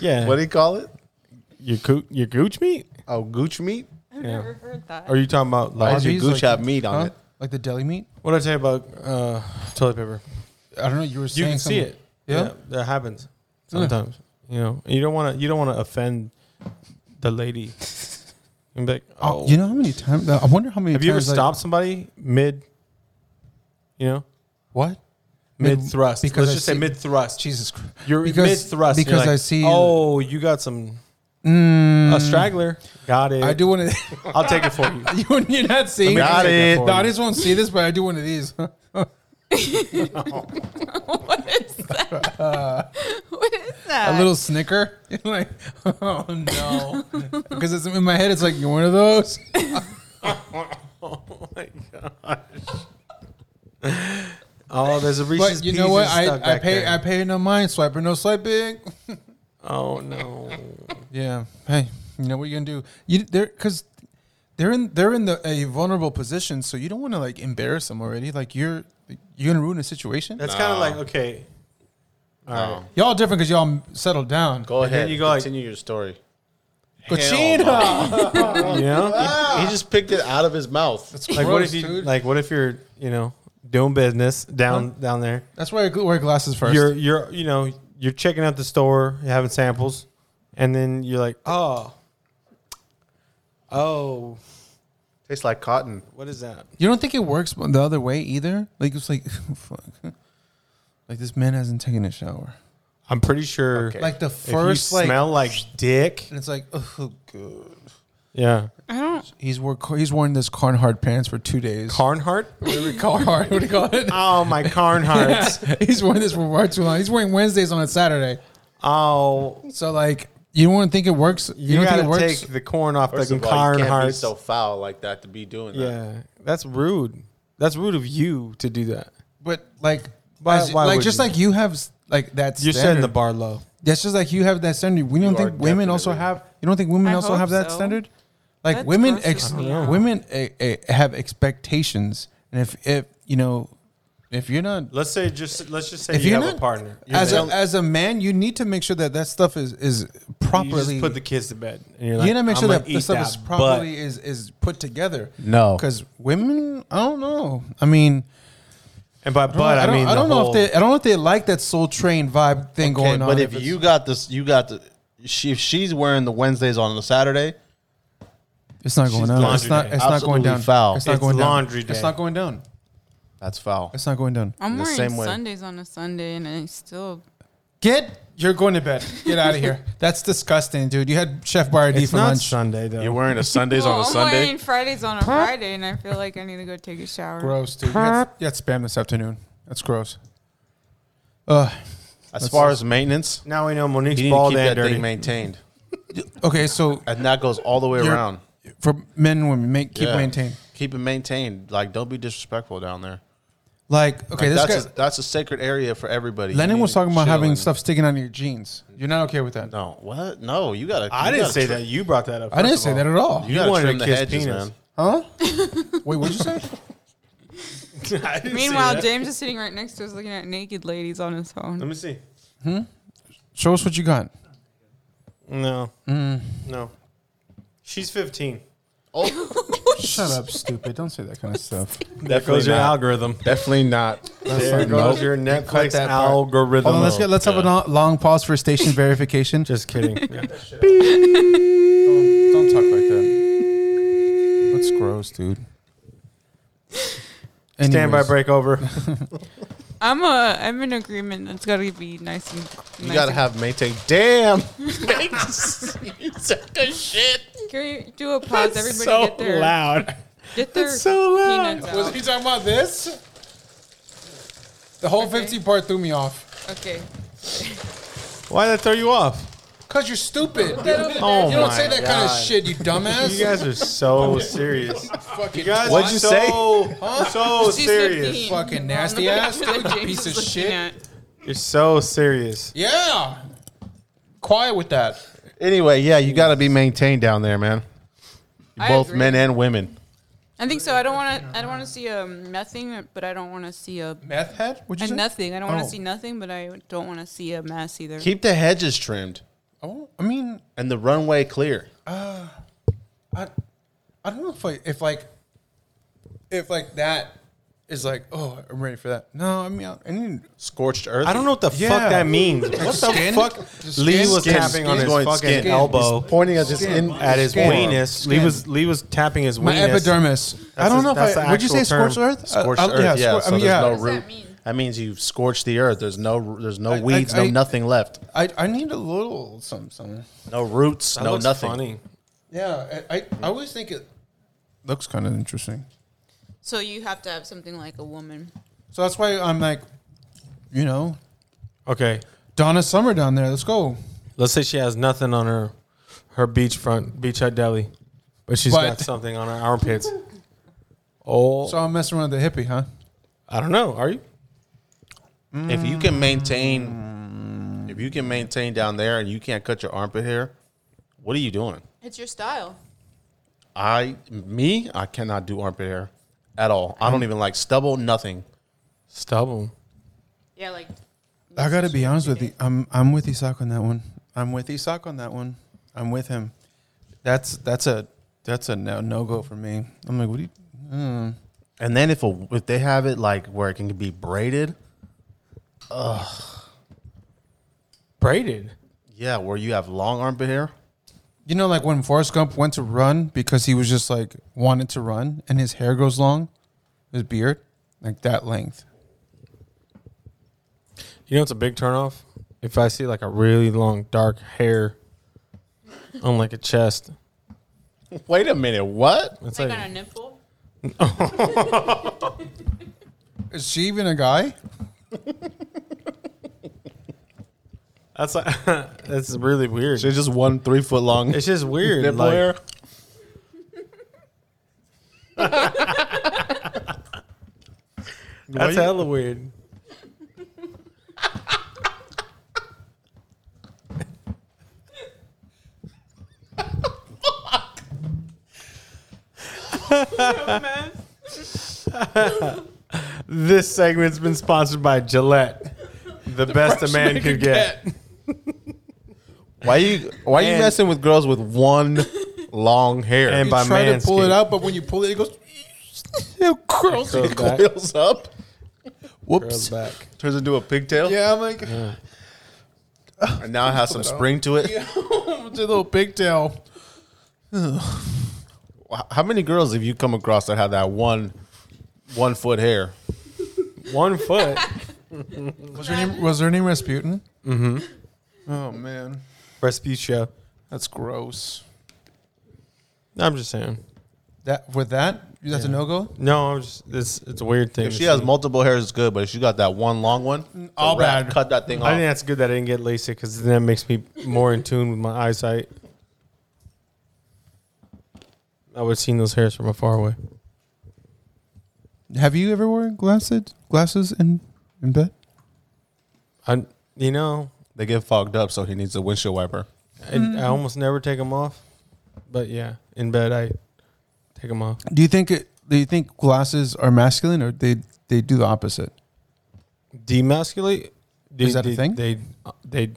S2: Yeah.
S5: What do you call it?
S2: Your coo- your gooch meat?
S5: Oh, gooch meat?
S6: I've
S2: Yeah.
S6: never heard that.
S2: Are you talking about
S5: Why
S2: like
S5: does your
S3: these
S5: gooch
S3: like-
S5: have meat on
S3: huh?
S5: it?
S3: like the deli meat?
S2: what did I tell you about uh, toilet paper?
S3: I don't know. You were
S2: You
S3: saying
S2: can see
S3: something.
S2: it.
S3: Yeah?
S2: that happens
S3: Yeah.
S2: sometimes. You know, you don't want to you don't want to offend the lady. And be like,
S3: Oh,
S2: oh,
S3: you know how many times? I wonder how many.
S2: have you ever
S3: times, like-
S2: stopped somebody mid? You know,
S3: What?
S2: mid
S3: Mid-
S2: thrust.
S3: because
S2: Let's
S3: I
S2: just say
S3: see-
S2: mid thrust.
S3: Jesus Christ!
S2: You're mid
S3: because-
S2: thrust.
S3: because I see- Mm.
S2: Oh, you got some a straggler. Got it.
S3: I do want to.
S2: I'll take it for you.
S3: you, you're not seeing.
S5: Got
S3: it.
S5: it.
S3: No, I just won't see this, but I do one of these.
S6: what is that? what is that?
S3: a little snicker. You're like, oh no, because it's in my head. It's like you're one of those.
S2: Oh my gosh. oh, there's a Reese's
S3: But you know what?
S2: Pieces stuck
S3: I, I
S2: back
S3: pay.
S2: there.
S3: I pay no mind. Swiper no swiping.
S2: oh no.
S3: Yeah. Hey, you know what you are gonna do? You they're because they're in they're in the, a vulnerable position, so you don't want to like embarrass them already. Like you're you're gonna ruin a situation.
S2: That's kind of like okay. All
S5: Oh.
S2: right.
S3: Y'all different because y'all settled down.
S5: Go
S2: And then
S5: ahead.
S2: you go like-
S5: continue your story.
S3: Cochino!
S2: You know,
S5: He just picked it out of his mouth.
S3: That's
S2: like what
S3: gross,
S2: if you
S3: dude.
S2: like what if you're you know doing business down down there?
S3: That's why I gl- wear glasses 1st
S2: you You're you're you know you're checking out the store, you're having samples, and then you're like, oh, oh,
S5: Tastes like cotton.
S2: what is that?
S3: you don't think it works the other way either? Like it's like, fuck. Like this man hasn't taken a shower.
S2: I'm pretty sure.
S5: Okay.
S3: Like the
S2: If First,
S3: first
S2: you
S3: like,
S2: smell like dick.
S3: and it's like, oh good.
S2: Yeah,
S3: He's wore he's worn this Carnhart pants for two days.
S2: Carnhart.
S3: Carnhart, what do you call it?
S2: Oh my Carnharts.
S3: he's wearing this for far too long. He's wearing Wednesdays on a Saturday.
S2: Oh,
S3: So like you don't want to think it works. You,
S2: you,
S3: don't think
S2: gotta
S3: it works.
S2: take the corn off
S5: First
S2: the
S5: of all, you
S2: Karn
S5: can't be
S2: heart.
S5: so foul like that to be doing that.
S2: yeah, that's rude. That's rude of you to do that.
S3: but like,
S2: Why-
S3: as-
S2: why
S3: like
S2: would
S3: just
S2: you?
S3: like you have s- like that.
S2: You're setting
S3: standard.
S2: the bar low.
S3: That's just like you have that standard. We don't
S5: You are
S3: think women also
S5: definitely-
S3: have. You don't think women
S6: I
S3: also
S6: hope
S3: have that
S6: so.
S3: standard. Like
S6: That
S3: women,
S6: grosses
S3: ex-
S6: me out.
S3: women eh, eh, have expectations, and if if you know, If you're not
S2: Let's say just let's just say
S3: If
S2: you
S3: you're
S2: have a
S3: not-
S2: partner. You
S3: as a,
S2: know,
S3: as a man, you need to make sure that that stuff is is
S2: you
S3: properly.
S2: just put the kids to bed. And you're
S3: you
S2: like,
S3: need to make
S2: I'm
S3: sure
S2: gonna
S3: that
S2: eat
S3: the stuff is
S2: that
S3: properly is is put together.
S5: No.
S3: because women, I don't know. I mean,
S2: butt. And by
S3: I don't-
S2: butt,
S3: I
S2: I,
S3: don't,
S2: mean
S3: I
S2: the
S3: don't know
S2: whole-
S3: if they, I don't know if they like that Soul Train vibe thing going on.
S7: but if
S3: it's-
S7: you got this, you got the. She, if she's wearing the Wednesdays on the Saturday,
S3: it's not going
S2: She's
S3: down.
S2: laundry
S3: It's not.
S2: day.
S3: It's not going
S7: Absolutely
S3: down.
S7: foul.
S3: It's not
S2: It's
S3: going down.
S2: laundry
S3: It's
S2: day.
S3: not going down.
S5: That's foul.
S3: It's not going down.
S6: I'm
S5: the
S6: wearing
S5: same way.
S6: Sundays on a Sunday, and I still
S3: Get. You're going to bed. Get out of here. That's disgusting, dude. You had Chef Boyardee
S2: It's
S3: for
S2: not
S3: lunch.
S2: Sunday though.
S5: You're wearing a Sundays
S6: well,
S5: on a
S6: I'm
S5: Sunday.
S6: wearing Fridays on a Friday, and I feel like I need to go take a shower.
S3: Gross, dude. You had, you had spam this afternoon. That's gross. Ugh.
S5: As far as maintenance,
S2: now we know Monique's
S5: you need to
S2: bald
S5: keep
S2: and
S5: that
S2: dirty.
S5: thing maintained,
S3: okay, so
S5: and that goes all the way
S3: You're-
S5: around.
S3: for men and women, make, keep
S5: Yeah.
S3: maintain.
S5: Keep it maintained. Like, don't be disrespectful down there.
S3: Like, okay,
S5: Like,
S3: this
S5: that's
S3: guy,
S5: a, that's a sacred area for everybody. You
S3: Lennon
S5: need
S3: was
S5: to
S3: talking about
S5: chill
S3: having
S5: and-
S3: stuff sticking out of your jeans. You're not okay with that.
S5: No, what? No, you gotta.
S2: I
S5: you
S2: didn't
S5: gotta
S2: say
S5: tr-
S2: that. You brought that up.
S3: I didn't
S2: first
S3: say
S2: of
S3: that
S2: all.
S3: at all.
S5: You,
S2: You
S5: gotta
S2: wanted to
S5: trim the
S2: kiss
S5: hedges,
S2: penis.
S5: man.
S3: Huh? Wait, what'd you say?
S2: I didn't say
S6: Meanwhile,
S2: that. Um,
S6: James is sitting right next to us looking at naked ladies on his phone.
S2: let me see.
S3: Show us what you got.
S2: No, no, she's 15.
S3: Shut up, stupid. Don't say that kind of stuff.
S2: There goes your
S5: not.
S2: algorithm.
S5: Definitely not.
S2: There goes your Netflix
S3: that part.
S2: algorithm.
S3: Hold on, let's get let's have a lo- long pause for station verification.
S2: Just kidding.
S3: don't, don't talk like that. That's gross, dude.
S2: Standby
S3: Anyways.
S2: break over.
S6: I'm a I'm in agreement. It's got to be nice and nice
S5: You gotta
S6: and-
S5: have maintained. Damn.
S6: Can we do a pause? Everybody get their
S2: loud.
S6: get their peanuts out.
S3: Was he talking about this? The whole 50 part threw me off.
S6: okay.
S2: Why did that throw you off?
S3: Because you're stupid. dude.
S2: Oh
S3: you don't
S2: my
S3: say that kind of
S2: God.
S3: shit, you dumbass.
S2: You guys are so serious.
S3: fucking,
S2: You guys
S5: What'd
S2: are
S5: you
S2: so, so
S6: She's
S2: serious.
S6: 15.
S3: fucking
S6: Well,
S3: nasty
S6: look
S3: ass,
S6: at
S3: dude,
S6: what
S3: you
S6: James
S3: piece
S6: is
S3: of
S6: looking
S3: shit.
S6: at.
S2: You're so serious.
S3: Yeah. Quiet with that.
S5: Anyway, yeah, you gotta be maintained down there, man.
S6: I
S5: Both
S6: agree.
S5: men and women.
S6: I think so. I don't want to. I don't want to see a nothing, but I don't want to see a,
S3: Meth head? Would you
S6: a
S3: say?
S6: nothing. I don't want
S3: Oh.
S6: to see nothing, but I don't want to see a mess either.
S5: Keep the hedges trimmed
S3: Oh, I mean,
S5: and the runway clear.
S3: I, I don't know if I, if like, if like that is like, oh, I'm ready for that. No, I mean, I, I need
S5: Scorched earth.
S2: I don't know what the
S3: Yeah.
S2: fuck that means. What the
S3: Skin?
S2: fuck?
S3: Just
S2: Lee
S3: skin?
S2: was
S5: Skin,
S2: tapping on
S5: skin.
S2: his
S5: Going
S2: fucking
S5: skin.
S2: elbow
S5: Pointing at this in
S2: at his
S3: Skin.
S2: weenus. Lee
S3: Skin.
S2: was Lee was tapping his
S3: my
S2: weenus.
S3: epidermis. I
S2: That's
S3: don't
S2: a-
S3: know if
S2: that's the
S3: I, would you
S2: actual
S3: say scorched
S2: term.
S3: earth?
S5: Scorched
S3: Uh,
S5: earth, yeah.
S3: scor-
S5: so there's no
S6: does that
S5: root.
S6: mean?
S5: That means you've scorched the earth. There's no, there's no
S3: I-
S5: weeds,
S3: I-
S5: no nothing left,
S3: I, I need a little something. something.
S5: no roots,
S2: That
S5: no
S2: looks
S5: nothing.
S2: funny.
S3: Yeah, I, I, I always think it looks kind of interesting.
S6: So you have to have something like a woman.
S3: So that's why I'm like, you know,
S2: Okay,
S3: Donna Summer down there. Let's go.
S2: let's say she has nothing on her her beachfront beach hut deli, but she's
S3: But-
S2: got something on her armpits. Oh,
S3: So I'm messing around with the hippie, huh?
S2: I don't know. Are you?
S5: If you can maintain, if you can maintain down there, and you can't cut your armpit hair, what are you doing?
S6: It's your style.
S5: I, me, I cannot do armpit hair at all. I don't even like stubble, nothing.
S2: Stubble.
S6: Yeah, like
S3: I gotta be honest with you. I'm I'm with Isak on that one. I'm with Isak on that one. I'm with him. That's that's a that's a no no go for me. I'm like, what do you? Mm.
S5: And then if a, if they have it like where it can be braided,
S2: braided.
S5: yeah, where you have long armpit hair,
S3: You know, like when Forrest Gump went to run because he was just like wanted to run, and his hair goes long, his beard, like that length.
S2: You know, it's a big turnoff if I see like a really long dark hair on like a chest.
S5: Wait a minute, what?
S2: It's
S6: like
S2: like,
S6: on a nipple.
S3: Is she even a guy?
S2: that's like that's really weird.
S5: She's just one three foot long
S2: It's just weird.
S5: nipple
S2: Like,
S5: hair.
S2: that's hella weird. This segment's been sponsored by Gillette, the, best a man could get.
S7: Why you why you
S2: And-
S7: messing with girls with one long hair?
S2: And by
S5: try
S2: man,
S5: to pull it out, but when you pull it, it goes.
S3: It curls.
S2: Curls back.
S7: coils up,
S3: Whoops.
S2: back.
S7: turns into a pigtail,
S5: Yeah, I'm like,
S7: and now it has some spring to it.
S5: it's a little pigtail.
S7: How many girls have you come across that have that one one foot hair?
S2: One foot.
S3: Was her name? Was her name Rasputin?
S5: Oh man,
S2: Resputia.
S5: that's gross.
S2: I'm just saying.
S3: That with that? That's a no go.
S2: No, I'm just. It's it's a weird thing.
S7: If
S2: to
S7: she has
S2: see.
S7: multiple hairs, it's good. But if she got that one long one, it's a
S5: all
S7: wrap.
S5: bad.
S7: Cut that thing
S2: I
S7: off.
S2: think that's good that I didn't get LASIK because then that makes me more in tune with my eyesight. I would have seen those hairs from afar away.
S3: Have you ever worn glasses? Glasses in in bed?
S2: I, you know,
S7: They get fogged up, so he needs a windshield wiper.
S2: I, I
S7: Mm.
S2: almost never take them off, but yeah, in bed I take them off.
S3: Do you think it? Do you think glasses are masculine or they they do the opposite?
S2: Demasculate? They,
S3: Is that a
S2: they-
S3: thing?
S2: They they
S3: Do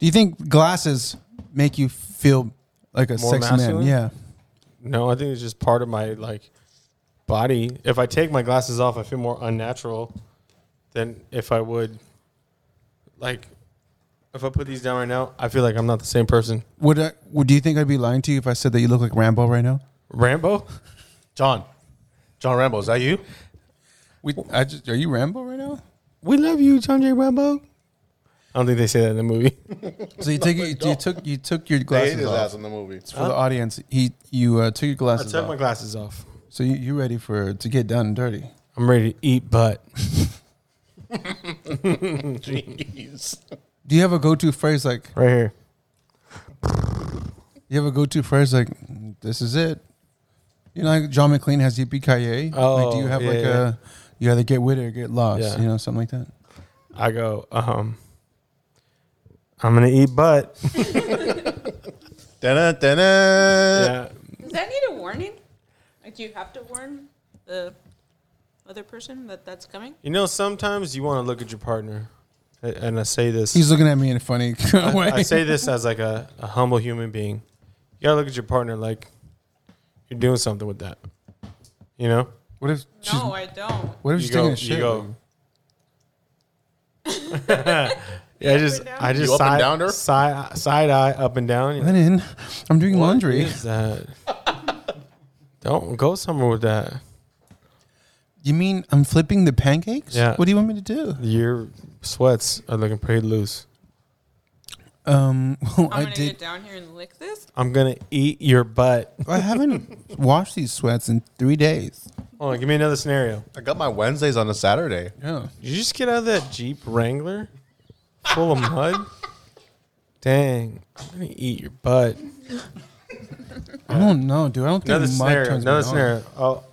S3: you think glasses make you feel like a
S2: More
S3: sex
S2: masculine?
S3: man? Yeah.
S2: no. I think it's just part of my like body. If I take my glasses off, I feel more unnatural than if I would like. If I put these down right now, I feel like I'm not the same person.
S3: Would I? Would do you think I'd be lying to you if I said that you look like Rambo right now?
S2: Rambo?
S7: John, John Rambo, is that you?
S3: We, I just, are you Rambo right now?
S2: We love you, John J. Rambo. I don't think they say that in the movie.
S3: So you took you, you took you took your glasses off
S7: in the movie.
S3: for the audience. He you uh, took your
S2: I
S3: glasses
S2: took
S3: off.
S2: my glasses off.
S3: so you, you ready for to get down and dirty?
S2: I'm ready to eat butt.
S7: Jeez.
S3: Do you have a go to phrase like
S2: Right here.
S3: you have a go to phrase like this is it? You know, like John McLean has Yippee like, do you
S2: Oh,
S3: have
S2: yeah,
S3: like
S2: yeah.
S3: a you either get with it or get lost?
S2: Yeah.
S3: You know, something like that.
S2: I go, um, I'm gonna eat butt.
S7: Dun dun dun.
S2: Yeah.
S6: Does that need a warning? Like, do you have to warn the other person that that's coming?
S2: You know, sometimes you want to look at your partner, A- and I say this.
S3: He's looking at me in a funny kind of way.
S2: I say this as like a, a humble human being. You gotta look at your partner like you're doing something with that. You know,
S3: what if she's
S6: No, I don't.
S3: what if
S2: you
S3: she's
S2: go,
S3: taking
S2: you
S3: a shit?
S2: go. yeah, I just, I just
S7: You up and
S2: side,
S7: downed her?
S2: side, side eye up and down. You're like,
S3: Lennon, I'm doing
S2: "What
S3: laundry.
S2: is that? Don't go somewhere with that.
S3: You mean I'm flipping the pancakes?
S2: Yeah.
S3: What do you want me to do?
S2: Your sweats are looking pretty loose.
S3: Um, well,
S6: I'm
S3: I
S6: gonna
S3: did.
S6: get down here and lick this.
S2: I'm gonna eat your butt.
S3: I haven't washed these sweats in three days.
S2: Hold on, give me another scenario.
S7: I got my Wednesdays on a Saturday.
S3: Yeah.
S2: Did you just get out of that Jeep Wrangler full of mud? Dang, I'm gonna eat your butt.
S3: I don't know, dude. I don't think
S2: Another
S3: mud
S2: scenario.
S3: turns me
S2: Another
S3: on.
S2: scenario. All,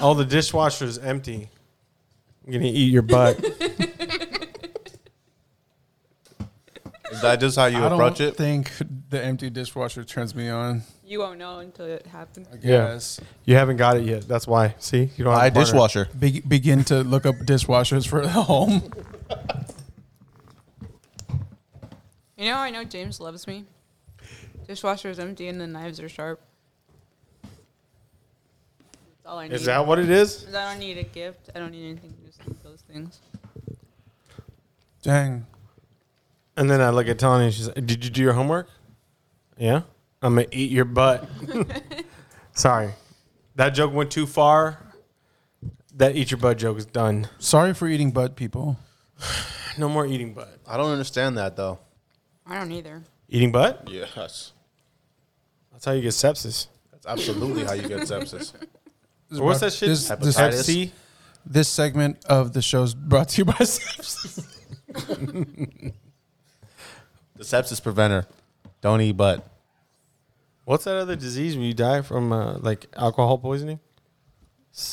S2: all the dishwasher's empty. I'm gonna eat your butt.
S7: Is that just how you
S3: I
S7: approach
S3: don't
S7: it?
S3: think the empty dishwasher turns me on.
S6: You won't know until it happens.
S3: I
S2: Yeah.
S3: guess.
S2: you haven't got it yet. That's why. See, you don't have
S7: Buy
S2: a
S7: a
S2: partner.
S7: dishwasher.
S3: Be- begin to look up dishwashers for the home.
S6: You know, I know James loves me. Dishwasher is empty and the knives are sharp. That's all I need.
S2: Is that what it is?
S6: 'Cause I don't need a gift. I don't need anything. Just those things.
S3: Dang.
S2: And then I look at Tony and she's like, Did you do your homework? Yeah. I'm going to eat your butt. Sorry. That joke went too far. That eat your butt joke is done.
S3: Sorry for eating butt, people.
S2: No more eating butt.
S7: I don't understand that though.
S6: I don't either.
S2: Eating butt?
S7: Yes.
S2: That's how you get sepsis.
S7: That's absolutely how you get sepsis.
S2: Or what's that shit?
S3: This,
S7: Hepatitis.
S3: this,
S2: Hep C?
S3: this segment of the show's brought to you by Sepsis.
S7: The sepsis preventer. Don't eat butt.
S2: What's that other disease where you die from uh, like alcohol poisoning?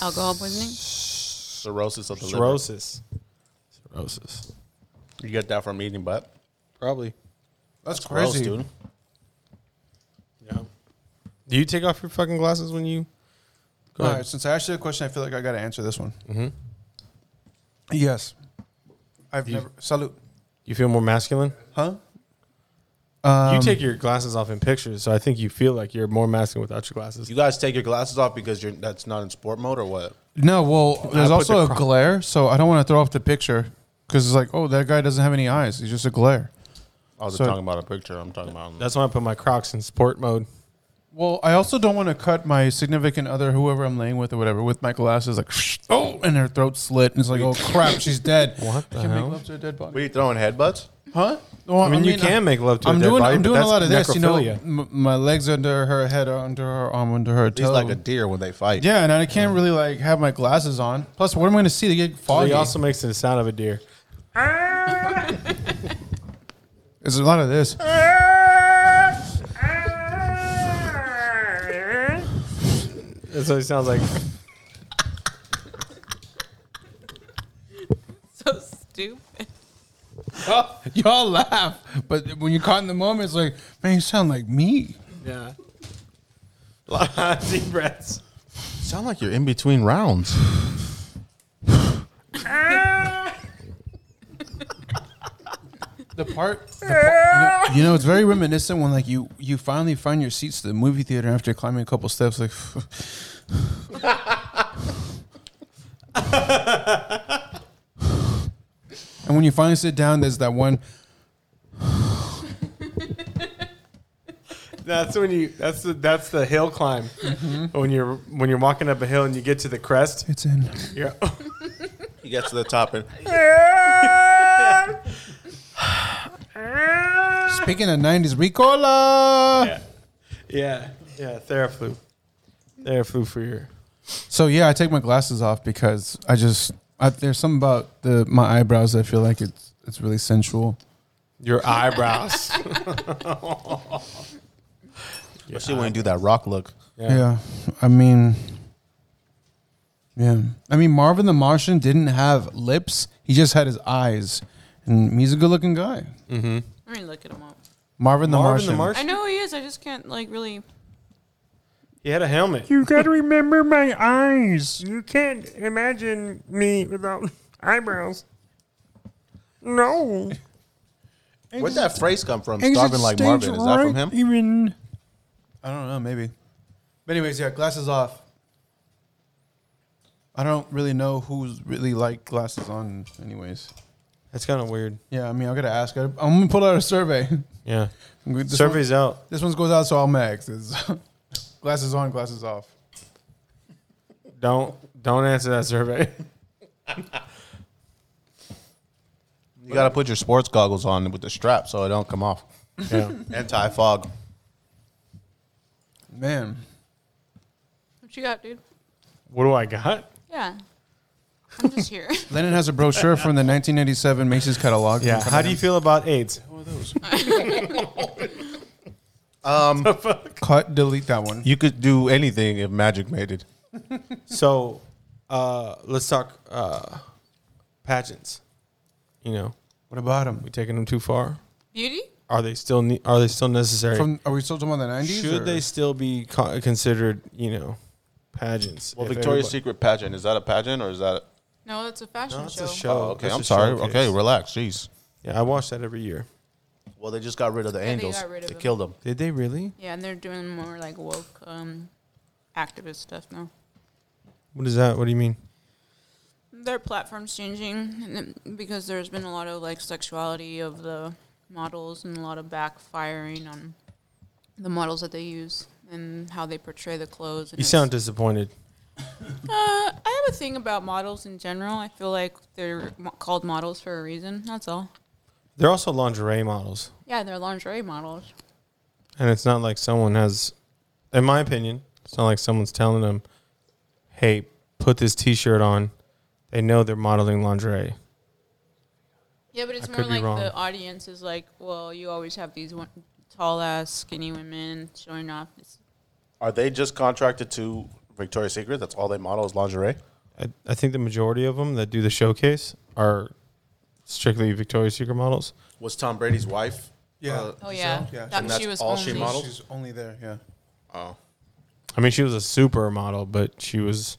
S6: Alcohol poisoning.
S7: Cirrhosis of the liver.
S2: Cirrhosis. Cirrhosis.
S7: You get that from eating butt.
S2: Probably.
S3: That's
S7: Gross,
S3: crazy.
S7: dude.
S2: Yeah. Do you take off your fucking glasses when you? Go
S3: All
S2: ahead. Mm-hmm.
S3: right, since I asked you a question, I feel like I got to answer this one. Yes. I've never salute.
S2: You feel more masculine?
S3: Huh? Um,
S2: you take your glasses off in pictures, so I think you feel like you're more masculine without your glasses.
S7: You guys take your glasses off because you're that's not in sport mode or what?
S3: No, well, there's
S2: put
S3: also
S2: the
S3: a
S2: cro-
S3: glare, so I don't want to throw off the picture because it's like, oh, that guy doesn't have any eyes. He's just a glare.
S7: I was
S3: So-
S7: just talking about a picture. I'm talking about.
S2: That's why I put my Crocs in sport mode.
S3: Well, I also don't want to cut my significant other, whoever I'm laying with or whatever, with my glasses, like, oh, and her throat slit, and it's like, oh crap, she's dead.
S2: What the
S3: I can't
S2: hell?
S3: make love to a dead
S7: what
S3: body.
S7: are you throwing headbutts?
S3: Huh? Well,
S2: I mean, you can make love to.
S3: I'm
S2: a dead
S3: doing.
S2: body,
S3: I'm
S2: but
S3: doing a
S2: that's
S3: lot of this. You know,
S2: necrophilia.
S3: m- my legs under her head, are under her arm, under her toe.
S7: He's like a deer when they fight.
S3: yeah, and I can't really like have my glasses on. Plus, what am I going to see? They get
S2: Well,
S3: foggy.
S2: he also makes the sound of a deer.
S3: There's a lot of this.
S2: That's what he sounds like.
S6: So stupid.
S3: Y'all laugh, but when you're caught in the moment, it's like, man, you sound like me.
S2: Yeah. A lot of deep breaths.
S7: Sound like you're in between rounds.
S3: The part, the part- you, know, you know, it's very reminiscent when like you you finally find your seats to the movie theater after climbing a couple steps. Like, and when you finally sit down, there's that one.
S2: That's when you. That's the. That's the hill climb.
S3: Mm-hmm.
S2: When you're when you're walking up a hill and you get to the crest.
S3: It's in.
S2: You're,
S7: He gets to the top and
S3: Speaking of '90s, Ricola.
S2: yeah. Yeah. Theraflu. Theraflu for your.
S3: So yeah, I take my glasses off because I just I, there's something about the my eyebrows. that I feel like it's it's really sensual.
S2: Your eyebrows.
S7: especially when you do that rock look.
S2: Yeah.
S3: Yeah. I mean, yeah. I mean, Marvin the Martian didn't have lips; he just had his eyes, and he's a good-looking guy.
S6: I mean, look at him up.
S3: Marvin the
S2: Marvin
S3: Martian.
S2: the
S6: I
S2: Martian.
S6: know who he is. I just can't like really.
S2: He had a helmet.
S8: You gotta remember my eyes. You can't imagine me without eyebrows. No.
S7: Where'd that phrase come from? Starving like Marvin. Is that from him?
S8: Even
S3: I don't know, maybe. But anyways, yeah, glasses off. I don't really know who's really like glasses on. Anyways,
S2: That's kind of weird.
S3: yeah. I mean, I gotta ask. I, I'm gonna pull out a survey.
S2: Yeah.
S3: This one-
S2: Survey's out.
S3: This one's goes out, so I'll max. It's glasses on, glasses off.
S2: Don't don't answer that survey.
S7: You got to put your sports goggles on with the strap so it don't come off.
S2: Yeah.
S7: Anti fog.
S3: Man,
S6: What you got, dude?
S2: what do I got?
S6: Yeah. I'm just here.
S3: Lennon has a brochure from the 1987 Macy's catalog.
S2: Yeah. How do you feel about AIDS?
S3: cut, delete that one?
S7: You could do anything if magic made it.
S2: So, uh, let's talk uh, pageants. You know,
S3: What about him?
S2: we taking them too far?
S6: Beauty?
S2: Are they still ne- are they still necessary?
S3: From are we still talking about the 90s?
S2: Should
S3: or-
S2: they still be co- considered? You know, pageants.
S7: Well,
S2: If
S7: Victoria's
S2: everybody-
S7: Secret pageant. Is that a pageant or is that.
S6: No, that's a fashion
S2: That's
S6: show.
S2: a show.
S7: Oh, okay.
S2: That's
S7: I'm
S2: a
S7: sorry.
S2: showcase.
S7: Okay, relax. Jeez.
S2: Yeah, I watch that every year.
S7: Well, they just got rid of the
S6: they
S7: angels.
S6: got rid of
S7: They
S6: them.
S7: killed them.
S2: Did they really?
S6: Yeah, and they're doing more like woke um, activist stuff now.
S2: What is that? What do you mean?
S6: Their platform's changing and then- because there's been a lot of like sexuality of the models and a lot of backfiring on the models that they use and how they portray the clothes. And
S2: You
S6: it's-
S2: sound disappointed.
S6: Uh, I have a thing about models in general. I feel like they're mo- called models for a reason. That's all.
S2: They're also lingerie models,
S6: Yeah, they're lingerie models.
S2: and it's not like someone has, in my opinion, it's not like someone's telling them, "Hey, put this T-shirt on." They know they're modeling lingerie.
S6: Yeah, but it's
S2: I
S6: more
S2: could be
S6: like
S2: wrong.
S6: the audience is like, well, you always have these one, tall ass, skinny women showing off. It's,
S7: Are they just contracted to Victoria's Secret? That's all they model is lingerie?
S2: I, I think the majority of them that do the showcase are strictly Victoria's Secret models.
S7: Was Tom Brady's wife? uh,
S3: Yeah.
S6: oh yeah,
S3: yeah.
S6: That,
S7: And
S6: she
S7: that's
S6: was
S7: all
S6: only,
S7: she modeled?
S3: She's only there. Yeah.
S7: oh.
S2: I mean, she was a supermodel, but she was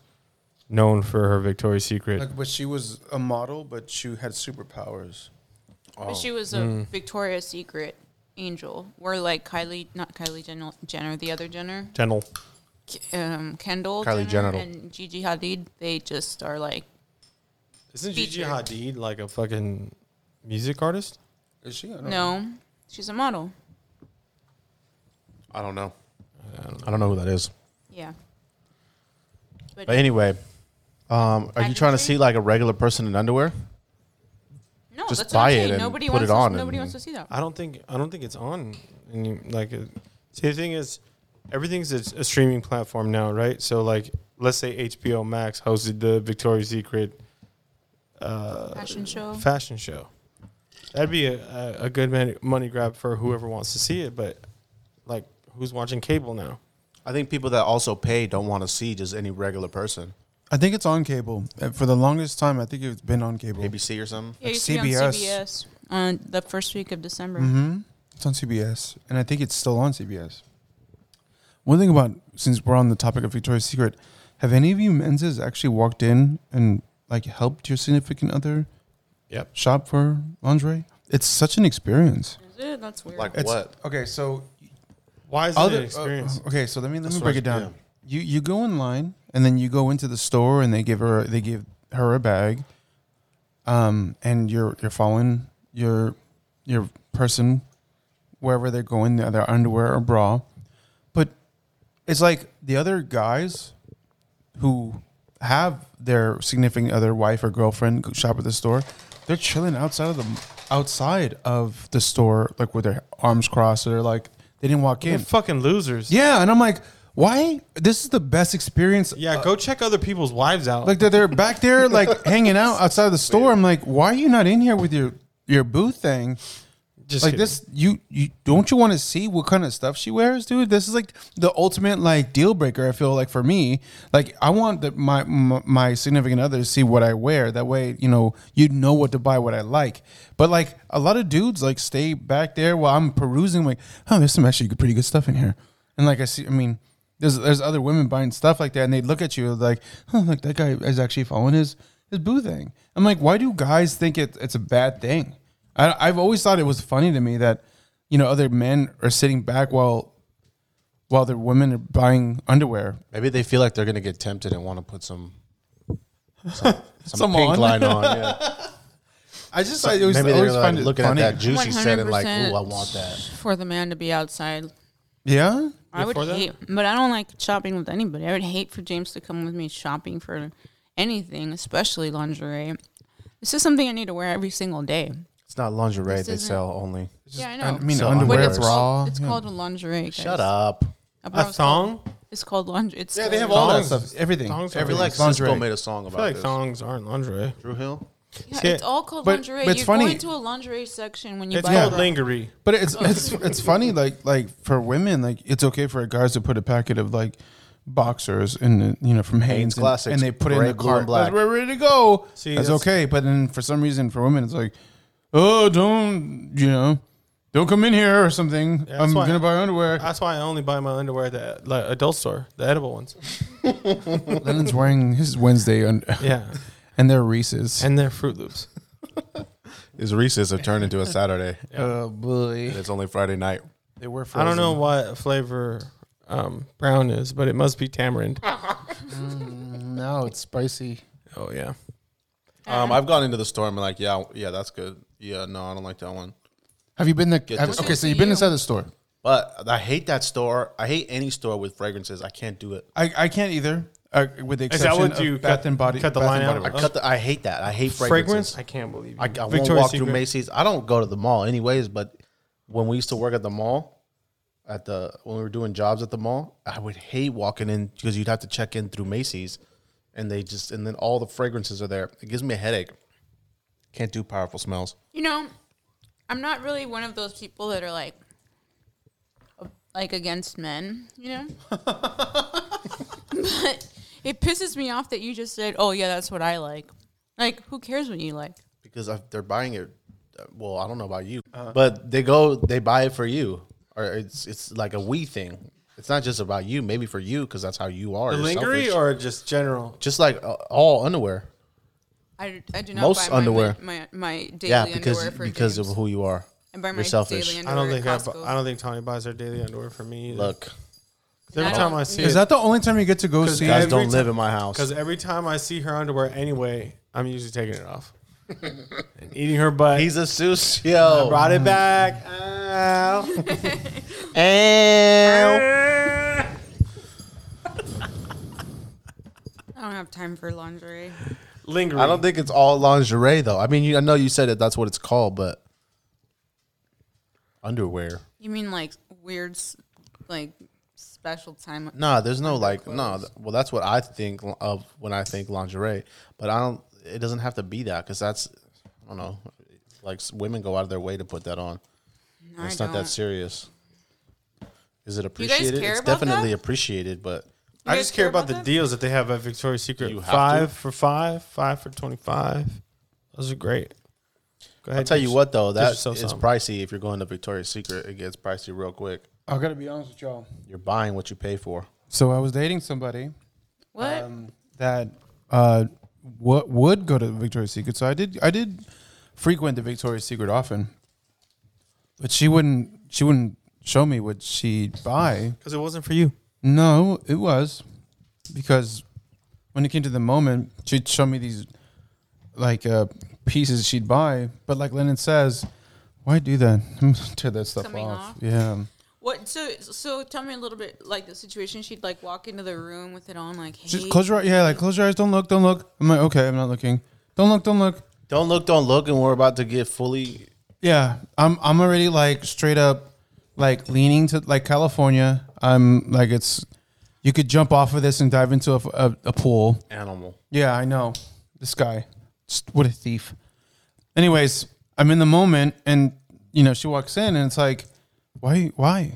S2: known for her Victoria's Secret.
S9: Like, but she was a model, but she had superpowers.
S6: But she was a Victoria's Secret angel. We're like Kylie, not Kylie Jenner, Jenner the other Jenner,
S2: Gentle.
S6: K- um, Kendall
S5: Kylie
S6: Jenner
S5: Jenner.
S6: and Gigi Hadid. They just are like,
S2: Isn't
S6: Gigi
S2: Gigi
S6: Featured.
S2: Hadid like a fucking music artist?
S9: Is she? I don't know.
S6: no, she's a model.
S5: I don't know. I don't know who that is.
S6: Yeah.
S5: But anyway, um, are you trying to
S6: Pageantry?
S5: see like a regular person in underwear?
S6: No,
S5: Just
S6: that's what I'm
S5: buy it
S6: saying.
S5: and
S6: nobody
S5: put
S6: wants
S5: it on
S6: To, nobody
S5: and-
S6: wants to see that.
S2: I don't think I don't think it's on. Any, like, uh, see, the thing is, everything's a, a streaming platform now, right? So, like, let's say HBO Max hosted the Victoria's Secret uh,
S6: Fashion show.
S2: fashion show. That'd be a, a, a good man, money grab for whoever wants to see it. But like, who's watching cable now?
S5: I think people that also pay don't want to see just any regular person.
S3: I think it's on cable. Uh, For the longest time, I think it's been on cable.
S5: ABC or something.
S6: yeah,
S3: like
S6: you see it on
S3: CBS.
S6: CBS on the first week of December.
S3: hmm It's on CBS, and I think it's still on CBS. One thing about since we're on the topic of Victoria's Secret, have any of you menses actually walked in and like helped your significant other?
S2: Yep.
S3: Shop for lingerie. It's such an experience.
S6: Is it? That's weird.
S5: Like
S3: It's-
S5: what?
S3: Okay, so
S2: Why is it
S3: other
S2: an experience?
S3: uh, okay, so let me let
S5: That's
S3: me break
S5: what-
S3: it down.
S5: yeah.
S3: You you go in line and then you go into the store and they give her they give her a bag, um, and you're you're following your your person wherever they're going, their underwear or bra, but it's like the other guys who have their significant other wife or girlfriend go shop at the store they're chilling outside of the outside of the store like with their arms crossed or like they didn't walk
S2: They're
S3: in
S2: fucking losers.
S3: yeah, and I'm like, why? This is the best experience.
S2: Yeah, go check other people's wives out.
S3: Like they're, they're back there, like hanging out outside of the store. I'm like, why are you not in here with your your booth thing?
S2: just
S3: Like
S2: kidding.
S3: this, you you don't you want to see what kind of stuff she wears, dude? This is like the ultimate like deal breaker. I feel like for me, like I want that my, my my significant other to see what I wear. That way, you know, you know what to buy, what I like. But like a lot of dudes like stay back there while I'm perusing. Like, oh, there's some actually pretty good stuff in here. And like I see, I mean, there's there's other women buying stuff like that, and they look at you like, huh, like that guy is actually following his his boo thing. I'm like, why do guys think it, it's a bad thing? I, I've always thought it was funny to me that you know other men are sitting back while while their women are buying underwear.
S5: Maybe they feel like they're gonna get tempted and want to put some some, some
S3: Some
S5: pink
S3: on.
S5: line on. Yeah.
S3: I just
S5: So
S3: I always,
S5: maybe they're
S3: always
S5: like
S3: find
S5: looking
S3: it funny.
S5: at that juicy set and like, ooh, I
S6: 100%
S5: want that.
S6: for the man to be outside.
S3: Yeah,
S6: I would
S2: for that?
S6: hate, but I don't like shopping with anybody. I would hate for James to come with me shopping for anything, especially lingerie. This is something I need to wear every single day.
S5: It's not lingerie.
S6: This
S5: they
S6: isn't-
S5: sell only.
S6: yeah, I know.
S3: I mean
S5: So
S6: But
S3: underwear,
S6: it's
S5: bra.
S6: called, it's
S3: yeah.
S6: called a lingerie. guys.
S5: Shut up.
S6: A, bra
S2: a
S6: is called-
S2: thong.
S6: It's called lingerie. It's
S5: Yeah, they have
S6: called-
S5: all that
S2: Thongs.
S5: stuff.
S3: everything.
S2: Thongs are
S5: I feel
S3: everything.
S5: like
S3: It's lingerie.
S5: Cisco made a song
S2: I
S5: about
S2: feel like
S5: this.
S2: thongs aren't lingerie.
S5: Drew Hill.
S6: Yeah,
S2: Yeah.
S6: it's all called
S3: But-
S6: lingerie.
S3: but it's
S6: You're
S3: funny-
S6: going to a lingerie section when you
S2: It's
S6: buy
S2: called
S6: a
S2: lingerie.
S3: But it's it's it's funny like like for women like it's okay for guys to put a packet of like boxers in the, you know from Hanes and,
S5: Classics,
S3: and they put it in
S5: gray,
S3: the
S5: blue, and
S3: cart.
S5: black.
S3: That's- We're ready to go.
S2: See,
S3: that's,
S2: that's-
S3: okay. But then for some reason for women it's like oh don't you know don't come in here or something.
S2: that's
S3: I'm
S2: why-
S3: gonna buy underwear.
S2: That's why I only buy my underwear at the like, adult store, the edible ones.
S3: Lennon's wearing his Wednesday and
S2: Yeah,
S3: and their Reese's.
S2: and they're Fruit Loops.
S5: His Reese's have turned into a Saturday.
S3: oh boy,
S5: and it's only Friday night.
S3: they were.
S2: I
S3: Frozen.
S2: don't know what flavor um, brown is, but it must be tamarind.
S3: No, it's spicy.
S2: Oh yeah, Uh-huh.
S5: Um, I've gone into the store and been like, yeah, yeah, that's good. Yeah, no, I don't like that one.
S3: Have you been the?
S5: Get
S3: have-
S5: this
S3: okay,
S5: one.
S3: so you've been inside the store.
S5: But I hate that store. I hate any store with fragrances. I can't do it.
S3: I, I can't either. Uh, with the
S2: Is that
S3: exception
S2: what
S3: of
S2: you
S3: Bath
S2: cut-
S3: and Body.
S2: cut the
S3: Bath
S2: line
S3: and
S2: out
S3: Body
S5: I
S2: of?
S3: Works.
S5: cut. The, I hate that. I hate fragrances.
S2: fragrance. I can't believe you.
S5: I, I won't
S2: Victoria's
S5: walk
S2: Secret.
S5: through Macy's. I don't go to the mall anyways, but when we used to work at the mall, at the when we were doing jobs at the mall, I would hate walking in because you'd have to check in through Macy's, and they just and then all the fragrances are there. It gives me a headache. Can't do powerful smells.
S6: you know, I'm not really one of those people that are like, like against men, you know. but it pisses me off that you just said, "Oh yeah, that's what I like." Like, who cares what you like?
S5: because if they're buying it. uh, Well,
S2: Uh-huh.
S5: I don't know about you, but they go they buy it for you, or it's it's like a we thing. It's it's not just about you. Maybe for you because that's how you are.
S2: The
S5: You're
S2: lingerie
S5: selfish.
S2: or just general?
S5: just like uh, all underwear.
S6: I, I do not
S5: Most
S6: buy my-
S5: underwear.
S6: My, my, daily
S5: yeah, because
S6: underwear for
S5: because
S6: James.
S5: of who you are.
S6: I buy my
S5: you're selfish.
S6: daily underwear
S2: I don't think I,
S6: at
S2: bu-
S6: Costco.
S2: I don't think Tony buys her daily underwear for me. Either.
S5: Look,
S2: 'Cause every
S6: I
S2: time
S6: don't-
S2: I see
S3: Is
S2: it,
S3: that the only time you get to go
S2: 'Cause
S3: see?
S2: guys
S3: it?
S5: guys
S2: Every
S5: don't live
S2: ti-
S5: in my house.
S2: Because every time I see her underwear anyway, I'm usually taking it off. and eating her butt.
S5: He's a sucio.
S2: brought it back. Ow.
S5: And
S6: I don't have time for lingerie.
S2: Lingering.
S5: I don't think it's all lingerie though. I mean, you, I know you said that that's what it's called, but underwear.
S6: You mean like weird, s- like special time?
S5: Nah, there's no like no. th- well, that's what I think l- of when I think lingerie, but I don't. It doesn't have to be that because that's I don't know. Like s- women go out of their way to put that on.
S6: No, I
S5: it's not that
S6: don't.
S5: serious. Is it
S6: guys
S5: appreciated?
S6: care
S5: it's
S6: about
S5: definitely
S6: that?
S5: appreciated, but
S2: I
S6: You
S2: just
S6: guys
S2: care
S6: care
S2: about,
S6: about
S2: the
S6: that?
S2: deals that they have at Victoria's Secret.
S5: You have
S2: five
S5: to.
S2: for five, five for twenty-five. Those are great. Go ahead.
S5: I'll tell you
S2: Deuce.
S5: what though, that it's
S2: yourself something.
S5: pricey. If you're going to Victoria's Secret, it gets pricey real quick.
S3: I gotta be honest with y'all.
S5: You're buying what you pay for.
S3: So I was dating somebody
S6: What?
S3: um, that uh, w- would go to Victoria's Secret. So I did I did frequent the Victoria's Secret often, but she wouldn't she wouldn't show me what she'd buy.
S2: Because it wasn't for you.
S3: No, it was because when it came to the moment, she'd show me these like uh, pieces she'd buy. But like Lennon says, why do that? Tear that stuff
S6: Something
S3: off.
S6: off?
S3: Yeah.
S6: What? So, so tell me a little bit like the situation. She'd like walk into the room with it on, like, hey,
S3: Just close your eyes. Yeah, like close your eyes. Don't look. Don't look. I'm like, okay, I'm not looking. Don't look. Don't look.
S5: Don't look, don't look, and we're about to get fully.
S3: Yeah, I'm. I'm already like straight up, like leaning to like California. I'm like it's. You could jump off of this and dive into a, a, a pool.
S5: Animal.
S3: Yeah, I know. This guy, just, what a thief. Anyways, I'm in the moment, and you know she walks in, and it's like, why, why?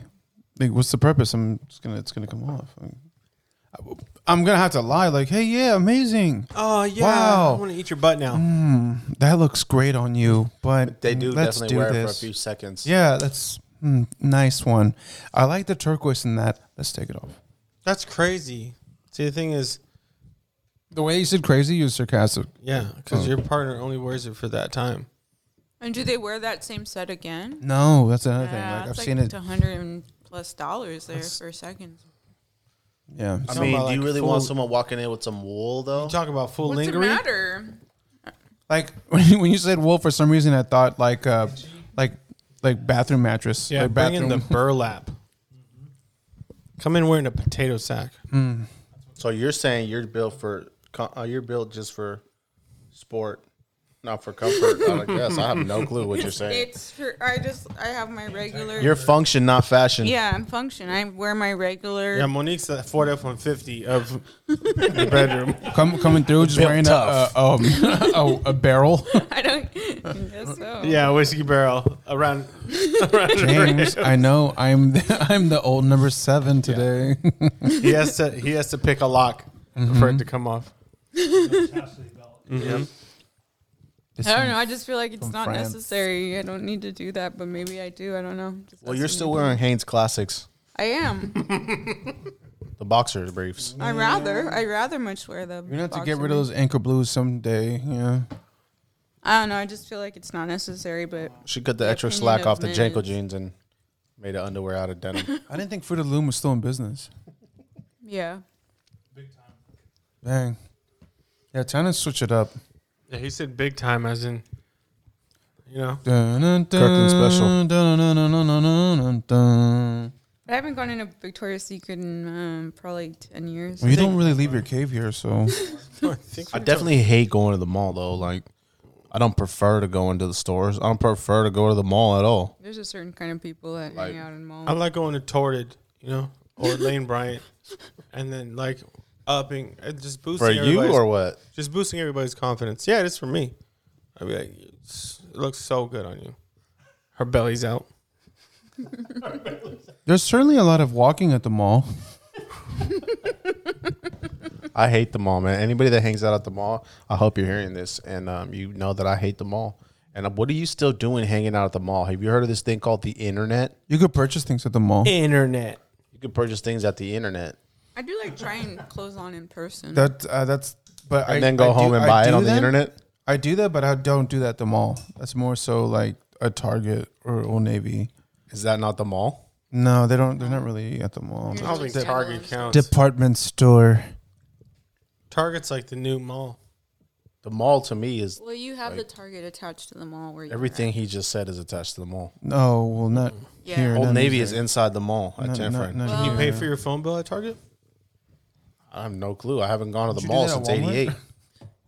S3: Like, what's the purpose? I'm just gonna, it's gonna come off. I'm, I'm gonna have to lie, like, hey, yeah, amazing.
S2: Oh yeah.
S3: Wow.
S2: I want to eat your butt now.
S3: That looks great on you, but
S5: They do
S3: Mm, Let's
S5: definitely
S3: do
S5: wear it
S3: this.
S5: for a few seconds.
S3: Yeah, that's mm, nice one. I like the turquoise in that. Let's take it off.
S2: That's crazy. See, the thing is,
S3: The way you said crazy, you was sarcastic.
S2: yeah, because your partner only wears it for that time.
S6: and do they wear that same set again?
S3: No, that's another thing.
S6: Yeah,
S3: Like I've
S6: it's like
S3: seen it.
S6: a hundred and plus dollars there for seconds.
S3: Yeah.
S5: I
S2: Talking
S5: mean,
S2: about,
S5: do you
S2: like,
S5: really
S2: full-
S5: want someone walking in with some wool though?
S2: You talk about full
S6: What's
S2: lingerie.
S6: the matter?
S3: Like when you, when you said wool, for some reason I thought like uh, like like bathroom mattress.
S2: Yeah,
S3: like
S2: bring in
S3: bathroom.
S2: the burlap. Come in wearing a potato sack.
S5: So you're saying you're built for co- uh, you're built just for sport, not for comfort. I guess I have no clue what you're saying.
S6: It's for, I just I have my regular.
S5: Your function, not fashion.
S6: yeah, I'm function. I wear my regular.
S2: Yeah, Monique's that Ford F one fifty uh, of the bedroom.
S3: Come, coming through, just wearing a, a, um, a a barrel.
S6: I don't. I guess so.
S2: Yeah, whiskey barrel around.
S3: James, I know I'm the, I'm the old number seven today.
S2: He has to he has to pick a lock for it to come off.
S6: I don't know. I just feel like it's
S3: From
S6: not
S3: France.
S6: necessary. I don't need to do that, but maybe I do. I don't know. Just
S5: Well,
S6: doesn't
S5: you're
S6: need
S5: still
S6: to.
S5: wearing Hanes Classics,
S6: I am.
S5: the boxers briefs.
S6: I rather. I rather much wear the.
S3: You're gonna have to get rid
S6: boxer
S3: of
S6: brief.
S3: those anchor blues someday. Yeah.
S6: I don't know. I just feel like it's not necessary, but
S5: She cut the
S6: The
S5: extra
S6: opinion
S5: slack
S6: of
S5: off the
S6: men
S5: Janko
S6: is-
S5: jeans and made an underwear out of denim.
S3: I didn't think Fruit of the Loom was still in business.
S6: yeah.
S3: Dang. Yeah, time to switch it up.
S2: Yeah, he said big time as in you know.
S3: Dun, dun, dun,
S5: Kirkland special.
S3: Dun, dun, dun, dun, dun, dun, dun, dun.
S6: But I haven't gone into Victoria's Secret in um, probably ten years.
S3: Well, you don't really leave your cave here, so
S2: I think
S5: I definitely hate going to the mall though. Like, I don't prefer to go into the stores. I don't prefer to go to the mall at all.
S6: There's a certain kind of people that
S5: Like-
S6: hang out in malls.
S2: I like going to Torrid, you know, or Lane Bryant, and then like upping and just boosting
S5: For you
S2: everybody's-
S5: or what?
S2: just boosting everybody's confidence. Yeah, it is for me. I'd be like, "It's- it looks so good on you. Her belly's out.
S3: there's certainly a lot of walking at the mall.
S5: I hate the mall, man. Anybody that hangs out at the mall, I hope you're hearing this and um, you know that I hate the mall. And um, what are you still doing hanging out at the mall? Have you heard of this thing called the internet?
S3: You could purchase things at the mall.
S2: Internet.
S5: You could purchase things at the internet.
S6: I do like trying clothes on in person.
S3: That uh, that's but I
S5: And then go
S3: I do-
S5: home and
S3: I
S5: buy it
S3: do
S5: on the
S3: that.
S5: internet.
S3: I do that, but I don't do that at the mall. That's more so like a Target or Old Navy.
S5: Is that not the mall?
S3: No, they don't. They're not really at the mall.
S2: I don't think Target counts.
S3: Department store.
S2: Target's like the new mall.
S5: The mall to me is
S6: Well, you have the Target attached to the mall where you
S5: everything he just said is attached to the mall.
S3: No, well, not
S6: Yeah.
S3: here.
S5: Old
S3: not
S5: Navy
S3: here.
S5: is inside the mall at
S3: Not-
S5: Tanford.
S3: not- not
S2: You pay
S3: here.
S2: for your phone bill at Target?
S5: I have no clue. I haven't gone to the
S3: Did you do
S5: mall
S3: that at
S5: since
S3: Walmart?
S5: '88.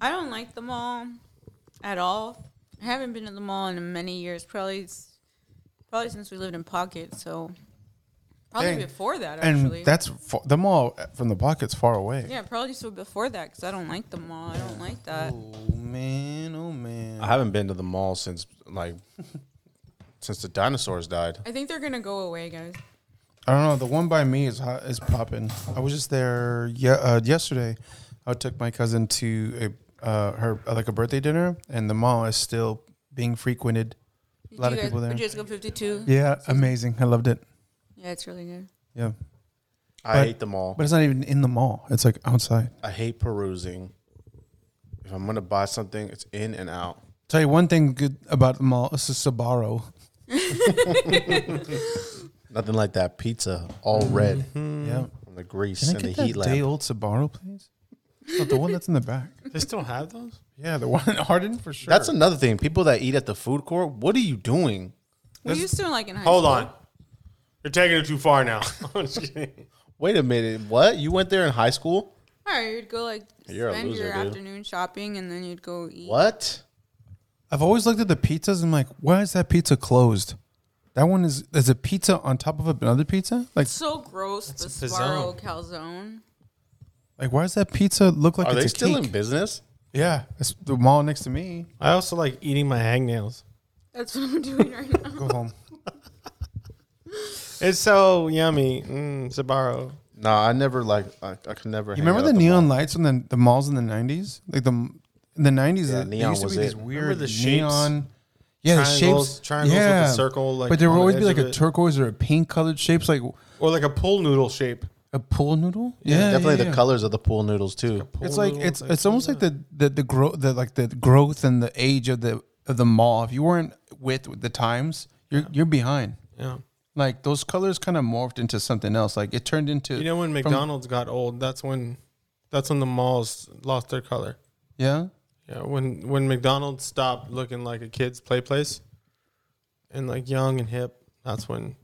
S6: I don't like the mall at all. I haven't been to the mall in many years, probably s- probably since we lived in Pocket. So probably before that,
S3: and
S6: actually.
S3: that's fa- the mall eh, from the pocket's far away.
S6: yeah, probably so before that because I don't like the mall. I don't like that.
S3: Oh man, oh man.
S5: I haven't been to the mall since like since the dinosaurs died.
S6: I think they're gonna go away, guys.
S3: I don't know. The one by me is hot, is popping. I was just there ye- uh, yesterday. I took my cousin to a uh, her uh, like a birthday dinner, and the mall is still being frequented. A lot of
S6: Do you guys-
S3: people there.
S6: Would you guys go 52? Yeah.
S3: Yeah, amazing. I loved it.
S6: it's really good.
S3: Yeah,
S5: I
S3: But-
S5: hate the mall.
S3: but it's not even in the mall. It's like outside.
S5: I hate perusing. If I'm gonna buy something, it's in and out.
S3: Tell you one thing good about the mall. It's a Sabaro.
S5: Nothing like that pizza, all red
S3: Yeah.
S5: from the grease
S3: Mm-hmm. Can I
S5: and the
S3: get
S5: heat
S3: that
S5: lamp.
S3: day old Sabaro, please? Oh, the one that's in the back.
S2: They still have those?
S3: Yeah, the one in Arden for sure.
S5: That's another thing. People that eat at the food court, what are you doing?
S6: We used to like in high
S2: Hold
S6: school.
S2: on. You're taking it too far now. I'm just kidding.
S5: Wait a minute, what? You went there in high school?
S6: All right, you'd go like
S5: You're a
S6: spend
S5: loser,
S6: your
S5: dude.
S6: afternoon shopping and then you'd go eat.
S5: What?
S3: I've always looked at the pizzas and I'm like, why is that pizza closed? That one is there's a pizza on top of another pizza. Like,
S6: So gross. the
S2: a
S6: Sparrow calzone.
S3: like why does that pizza look like
S5: Are
S3: it's
S5: they
S3: a
S5: still
S3: cake?
S5: in business?
S3: yeah, it's the mall next to me.
S2: I also like eating my hangnails.
S6: That's what I'm doing right now.
S3: Go home.
S2: It's so yummy. Mm, Sabaro.
S5: No, I never like. I, I could never.
S3: You remember the neon lights on the, the malls in the '90s? Like the in the '90s,
S5: Yeah,
S3: there
S5: neon
S3: used to
S5: was
S3: be these
S5: it.
S3: weird
S2: the shapes?
S3: neon. Yeah, the
S2: Triangles-
S3: shapes,
S2: triangles with a
S3: yeah.
S2: circle, like,
S3: but there
S2: on the
S3: would always be
S2: edge
S3: like
S2: of
S3: a
S2: it.
S3: turquoise or a pink colored shapes, like
S2: Or like a pool noodle shape.
S3: a pool noodle. Yeah,
S5: Definitely
S3: yeah,
S5: the
S3: yeah.
S5: colors of the pool noodles too.
S3: It's like it's it's almost like the the the growth the like the growth and the age of the of the mall. If you weren't with the times, you're you're behind.
S2: Yeah.
S3: Like those colors kind of morphed into something else. Like it turned into
S2: You know when McDonald's got old, that's when that's when the malls lost their color.
S3: yeah.
S2: Yeah, when when McDonald's stopped looking like a kid's play place and like young and hip, that's when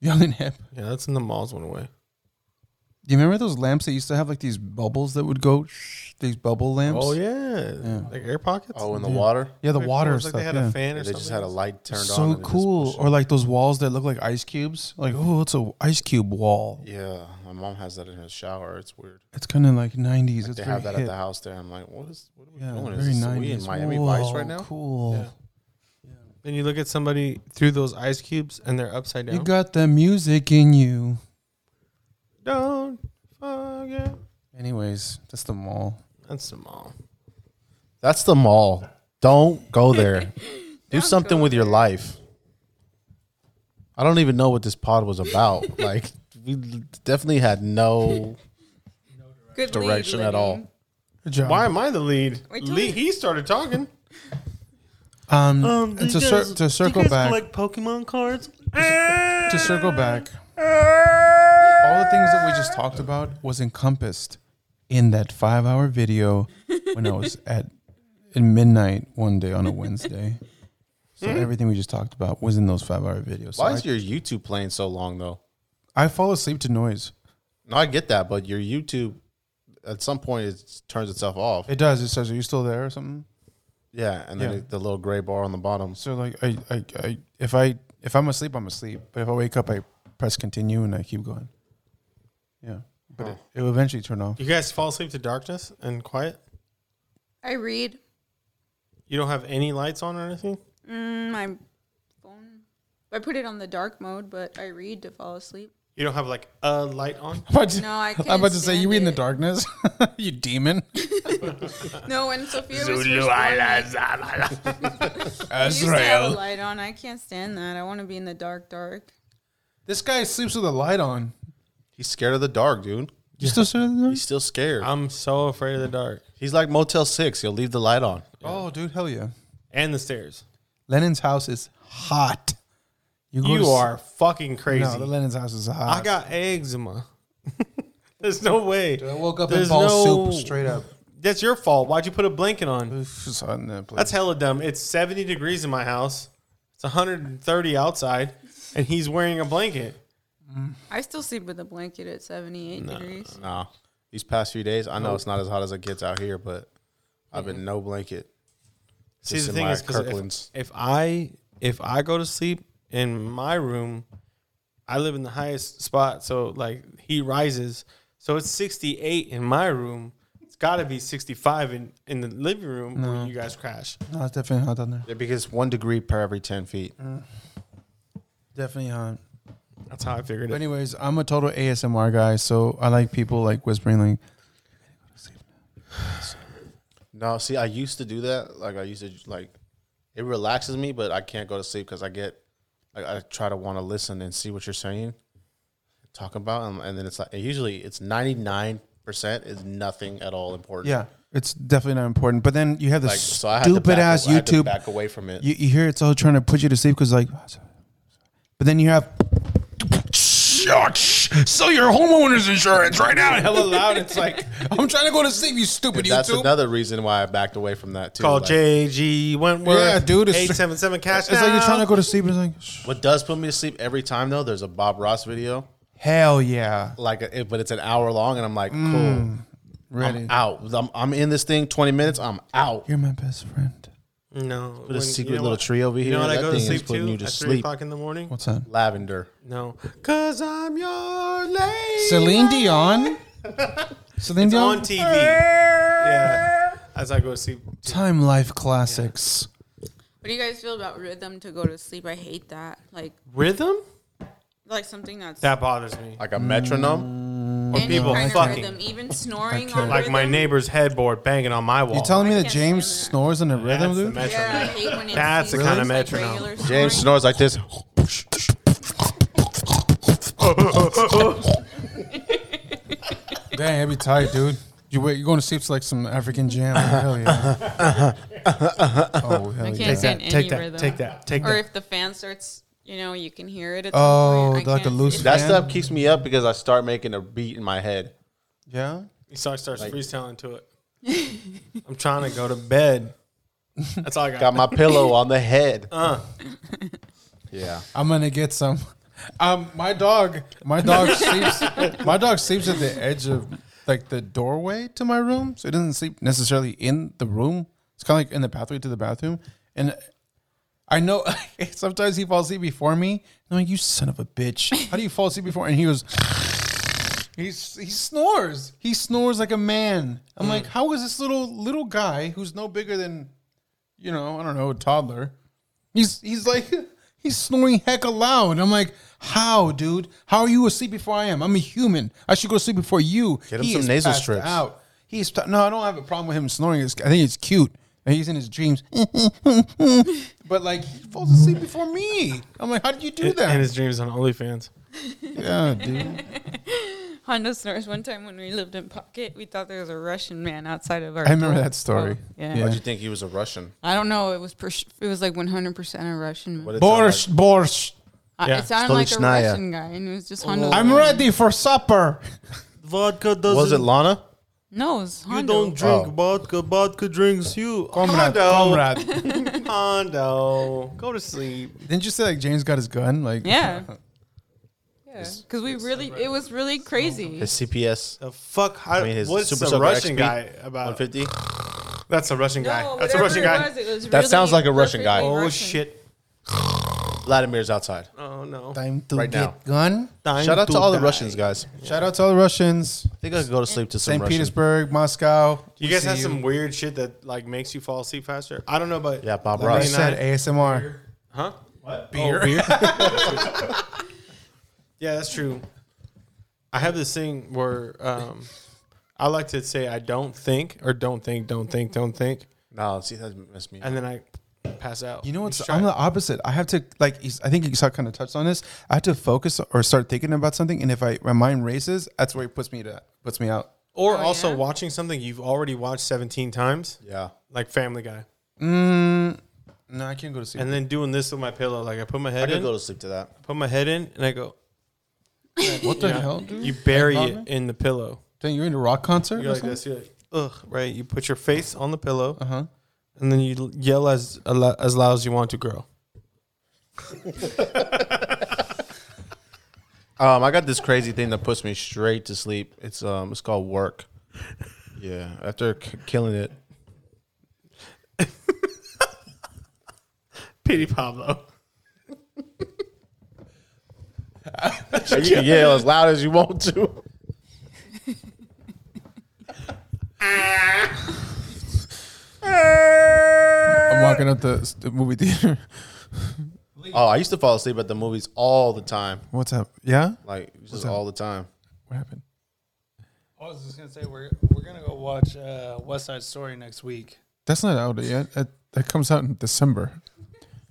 S3: Young and hip.
S2: yeah, that's when the malls went away.
S3: Do you remember those lamps that used to have like these bubbles that would go? shh, These bubble lamps.
S2: Oh yeah. Like air pockets.
S5: Oh, in the water,
S3: yeah, the
S2: It
S3: water
S2: was
S3: stuff.
S2: Like they had
S3: yeah.
S2: a fan or
S5: they
S2: something.
S5: just had a light turned on.
S3: so
S5: and it just
S3: cool,
S5: pushed it.
S3: or like those walls that look like ice cubes. Like, oh, it's a ice cube wall.
S5: Yeah, my mom has that in her shower. It's weird.
S3: It's kind of like '90s. it's
S5: they
S3: very
S5: have that at
S3: hip.
S5: the house there. I'm like, what is? What are we
S3: Yeah,
S5: doing?
S3: very
S5: Is this, are we in
S3: 90s.
S5: Miami
S3: Whoa,
S5: Vice right now?
S3: Cool.
S2: Then you look at somebody through those ice cubes and they're upside down.
S3: You got the music in you.
S2: Don't forget.
S3: Anyways, that's the mall.
S2: That's the mall.
S5: That's the mall. Don't go there. Do something
S6: go
S5: with your life. I don't even know what this pod was about. like, we definitely had no
S6: Good lead,
S5: direction at all.
S6: Lenny.
S3: Good job.
S2: Why am I the lead?
S6: Wait till
S2: Lee,
S6: you-
S2: he started talking.
S3: Um, and to, cir- to circle back,
S2: Pokemon cards.
S3: to circle back, all the things that we just talked about was encompassed in that five-hour video when I was at at midnight one day on a Wednesday. So everything we just talked about was in those five-hour videos. So
S5: Hmm? Why
S3: I,
S5: is your YouTube playing so long though?
S3: I fall asleep to noise.
S5: No, I get that, but your YouTube at some point it turns itself off.
S3: It does. It says, "Are you still there?" or something.
S5: yeah, and then
S3: Yeah.
S5: it- the little gray bar on the bottom.
S3: So like, I, I, I, if I, if I'm asleep, I'm asleep. But if I wake up, I press continue and I keep going. Yeah, but it, it'll eventually turn off.
S2: You guys fall asleep to darkness and quiet?
S6: I read
S2: You don't have any lights on or anything?
S6: mm, my phone. I put it on the dark mode, but I read to fall asleep.
S2: You don't have like a light on?
S6: No, I couldn't
S3: am about to say,
S6: stand
S3: you read in the
S6: it.
S3: darkness, you demon.
S6: No, when Sophia was first born, I I used to have a
S3: Azrael.
S6: light on. I can't stand that. I want to be in the dark, dark.
S3: This guy sleeps with a light on.
S5: He's scared of the dark, dude.
S3: You still sitting in there?
S5: He's still scared.
S2: I'm so afraid of the dark
S5: He's like Motel Six. He'll leave the light on.
S3: Oh, dude, hell yeah.
S2: and the stairs.
S3: Lennon's house is hot. go to
S2: You
S3: s-
S2: are fucking crazy.
S3: No, the Lennon's house is hot.
S2: I got eczema. There's no way.
S3: I woke up in
S2: There's
S3: ball
S2: no-
S3: soup straight up.
S2: That's your fault. Why'd you put a blanket on?
S3: It's hot in that place.
S2: That's hella dumb. It's 70 degrees in my house. It's 130 outside, and he's wearing a blanket.
S6: I still sleep with a blanket at 78 degrees.
S5: No, these past few days, I know it's not as hot as it gets out here, but I've been no blanket.
S2: See,
S5: Just
S2: the
S5: in
S2: thing
S5: my
S2: is, 'cause
S5: Kirkland's.
S2: if, if I if I go to sleep in my room, I live in the highest spot, so like he rises, so it's 68 in my room. It's got to be 65 in in the living room where you guys crash.
S3: No, it's definitely hot down there.
S5: Yeah, because one degree per every ten feet.
S3: Definitely hot.
S2: That's how I figured
S3: But
S2: it.
S3: anyways, I'm a total ASMR guy, so I like people like whispering like
S5: No, see, I used to do that. Like I used to like, it relaxes me, but I can't go to sleep because I get, like, I try to want to listen and see what you're saying, talk about, and, and then it's like usually it's ninety nine percent is nothing at all important.
S3: Yeah. It's definitely not important. But then you have this
S5: like so I had to
S3: stupid
S5: back,
S3: ass
S5: I had to
S3: YouTube
S5: back away from it.
S3: you, you hear it's all trying to put you to sleep because like but then you have sell your homeowners insurance right now hella loud it's like i'm trying to go to sleep you stupid
S5: And that's
S3: youtube
S5: another reason why I backed away from that too.
S2: Call
S5: Like,
S2: JG Wentworth.
S3: Yeah, dude, it's-
S2: 877 cash.
S3: it's like you're trying
S2: now.
S3: to go to sleep and it's like "Shh."
S5: What does put me to sleep every time though? There's a Bob Ross video,
S3: hell yeah
S5: like, it, but it's an hour long, and I'm like, cool,
S2: Mm,
S3: ready
S5: I'm out. I'm, I'm in this thing 20 minutes. I'm out.
S3: you're my best friend
S2: No,
S5: a
S2: when-
S5: secret
S2: you know
S5: little
S2: what-
S5: tree over
S2: You know
S5: here,
S2: what I
S5: that
S2: go to
S5: thing is
S2: sleep
S5: putting
S2: to
S5: you to
S2: at three
S5: sleep.
S2: o'clock in the morning.
S3: what's that
S5: Lavender.
S2: No, cause I'm your lady.
S3: celine dion celine
S2: It's
S3: dion
S2: on TV. yeah, as I go to sleep.
S3: time life classics
S6: What do you guys feel about rhythm to go to sleep? I hate that. Like
S2: Rhythm like
S6: like something that's
S2: that bothers me.
S5: Like a metronome.
S6: any
S2: people
S6: kind
S2: fucking-
S6: of rhythm, even snoring
S3: can't.
S6: on
S2: Like my
S6: rhythm.
S2: neighbor's headboard banging on my wall.
S3: you telling me
S6: I
S3: that
S6: can't
S3: james
S6: stand that.
S3: snores in a
S2: That's
S3: rhythm
S2: the
S3: dude
S2: metronome.
S6: Yeah, I hate when it
S2: That's the
S6: seems
S2: kind of
S6: like
S2: metronome.
S6: regular
S5: James
S6: snoring.
S5: snores like this.
S3: Dang, that'd be tight, dude. You wait, you're going to sleep to like some African jam. hell yeah. oh, hell
S6: I
S3: yeah.
S6: can't stand any
S2: Take that.
S6: rhythm.
S2: Take that. Take
S6: Or
S2: that.
S6: if the fan starts, you know, you can hear it. At
S3: Oh,
S6: some point. I
S3: like a
S6: can't-
S3: loose
S6: it's-
S3: Man.
S5: That stuff keeps me up because I start making a beat in my head.
S3: Yeah?
S2: So I starts freestyling to it. I'm trying to go to bed. That's all I got. Uh.
S5: Got my pillow on the head. Yeah.
S3: I'm going to get some. Um, my dog, my dog sleeps, my dog sleeps at the edge of like the doorway to my room. So it doesn't sleep necessarily in the room. It's kind of like in the pathway to the bathroom. And I know sometimes he falls asleep before me. I'm like, you son of a bitch. How do you fall asleep before? And he goes, He's, he snores. He snores like a man.
S5: Hmm.
S3: I'm like, how is this little little guy who's no bigger than, you know, I don't know, a toddler? He's he's like he's snoring heck loud. I'm like, how, dude? How are you asleep before I am? I'm a human. I should go to sleep before you.
S5: Get him
S3: He
S5: some
S3: is
S5: nasal
S3: passed
S5: strips.
S3: Out. He's no, I don't have a problem with him snoring. It's, I think it's cute. And he's in his dreams. Eh. but like he falls asleep before me. I'm like, how did you do that?
S2: And his dreams on OnlyFans.
S3: yeah, dude.
S6: Honda snores. One time when we lived in Pocket, we thought there was a Russian man outside of our.
S3: I remember
S6: door.
S3: that story.
S6: Oh, yeah.
S5: Why'd you think he was a Russian?
S6: I don't know. It was per- it was like 100 percent a Russian.
S5: What
S6: Man.
S5: it sound like?
S3: Borscht, borscht.
S6: Uh,
S2: Yeah.
S6: It sounded like a
S5: Stolichnaya.
S6: Russian guy, and it was just Honda.
S3: I'm ready for supper.
S2: Vodka doesn't.
S5: Was it Lana?
S6: No, it's
S2: You
S6: Honda.
S2: don't drink
S5: Oh.
S2: vodka. Vodka drinks you.
S3: Comrade,
S2: Hondo.
S3: comrade.
S2: Hondo. Go to sleep.
S3: Didn't you say like James got his gun? Like
S6: Yeah. Because we really, it was really crazy.
S5: His CPS.
S2: The fuck? How,
S5: I mean, his
S2: what's
S5: Super
S2: the
S5: Soaker
S2: Russian
S5: XP
S2: guy about?
S5: 150.
S2: That's a Russian guy.
S6: No,
S2: That's a
S6: whatever
S2: Russian
S6: it
S2: guy.
S6: was, it was
S5: That sounds
S6: really
S5: like a Russian guy.
S6: perfectly
S2: Oh
S6: Russian.
S2: shit!
S5: Vladimir's outside.
S2: Oh no!
S3: time to
S5: Right now.
S3: get gun.
S5: Shout out to all the Russians, guys.
S3: Shout out to all the Russians.
S5: I think I could go to sleep to some
S3: St.
S5: Russian.
S3: Petersburg, Moscow.
S2: You guys have some weird shit that like makes you fall asleep faster. I don't know, but
S5: Yeah, Bob
S3: I
S5: Ross.
S3: said ASMR.
S2: huh? What
S3: Beer.
S2: yeah, that's true. I have this thing where um, I like to say I don't think or don't think, don't think, don't think,
S5: No, see that messed me. up.
S2: and then I and pass out.
S3: You know what's?
S2: should try
S3: I'm
S2: it.
S3: the opposite. I have to like. he's- I think you kind of touched on this. I have to focus or start thinking about something, and if I my mind races, that's where he puts me to puts me out.
S2: Or
S6: Oh,
S2: also
S6: yeah?
S2: watching something you've already watched 17 times,
S5: Yeah.
S2: like Family Guy,
S3: Mm, no, I can't go to sleep.
S2: and then doing this with my pillow. Like I put my
S5: I
S2: head
S5: could
S2: in,
S5: go to sleep to that.
S2: put my head in, and I go.
S3: what the hell,
S6: Hmm?
S3: dude?
S2: You bury
S3: Like
S2: it
S3: Rodman?
S2: in the pillow.
S3: Dang, you're in a rock concert.
S2: You're like this. You're like, ugh, right? You put your face on the pillow,
S3: Uh huh.
S2: and then you l- yell as a lo- as loud as you want to, girl.
S5: Um, I got this crazy thing that puts me straight to sleep. It's um, it's called work. Yeah, after k- killing it,
S2: Pity Pablo.
S5: you can yell as loud as you want to.
S3: I'm walking up the, the movie theater.
S5: Oh, I used to fall asleep at the movies all the time,
S3: What's up? Yeah.
S5: like just all the time.
S3: What happened?
S4: I was just gonna say we're we're gonna go watch uh, West Side Story next week.
S3: That's not out yet. That, that comes out in December.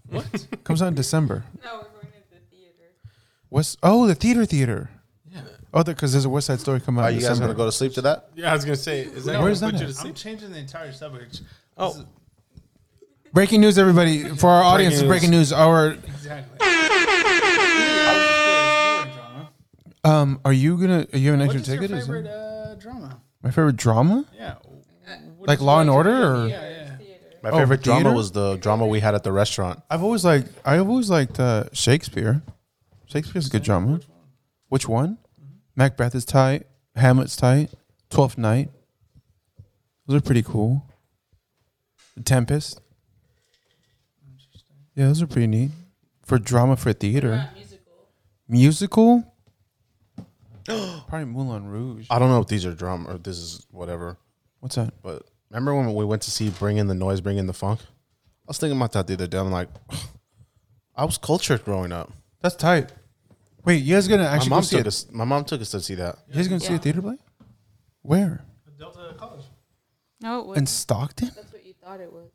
S3: What? comes out in December.
S6: No, we're going to the theater.
S3: What's? Oh, the theater theater. Yeah. Oh, because there's a West Side Story coming out.
S5: Are
S3: in
S5: you guys
S3: December.
S5: gonna go to sleep to that?
S2: Yeah, I was gonna say, is that
S3: No, where's
S2: gonna
S3: that
S2: put you
S3: at?
S2: to
S4: I'm
S2: sleep?
S4: changing the entire subject.
S2: Oh,
S3: Breaking news, everybody! For our audience,
S2: news.
S3: breaking news. Our
S4: Exactly. Drama.
S3: um, are you gonna? Are you having an
S4: What
S3: extra
S4: is your
S3: ticket? Is it-
S4: favorite uh, drama?
S3: my favorite drama,
S4: Yeah. What
S3: like
S4: is
S3: Law
S4: your-
S3: and Order, or
S4: Yeah, yeah.
S5: My
S3: Oh,
S5: favorite drama
S3: theater?
S5: was the drama we had at the restaurant.
S3: I've always liked. I've always liked uh, Shakespeare. Shakespeare's a good drama. Which one?
S4: Mm-hmm.
S3: Macbeth is tight. Hamlet's tight. Twelfth Night. Those are pretty cool. The Tempest. Yeah, those are pretty neat for drama for theater.
S6: musical.
S3: Musical. Probably Moulin Rouge.
S5: I don't know if these are drama or this is whatever,
S3: What's that?
S5: but remember when we went to see Bring in the Noise, Bring in the Funk? I was thinking about that the other day. I'm like, I was cultured growing up.
S3: That's tight. Wait, you guys gonna
S5: My
S3: actually go
S5: mom
S3: see
S5: took
S3: it?
S5: us. My mom took us to see that.
S3: You guys gonna see a
S6: Yeah.
S3: theater play? Where?
S4: Delta College.
S6: No, it was.
S3: In Stockton?
S6: That's what you thought it was.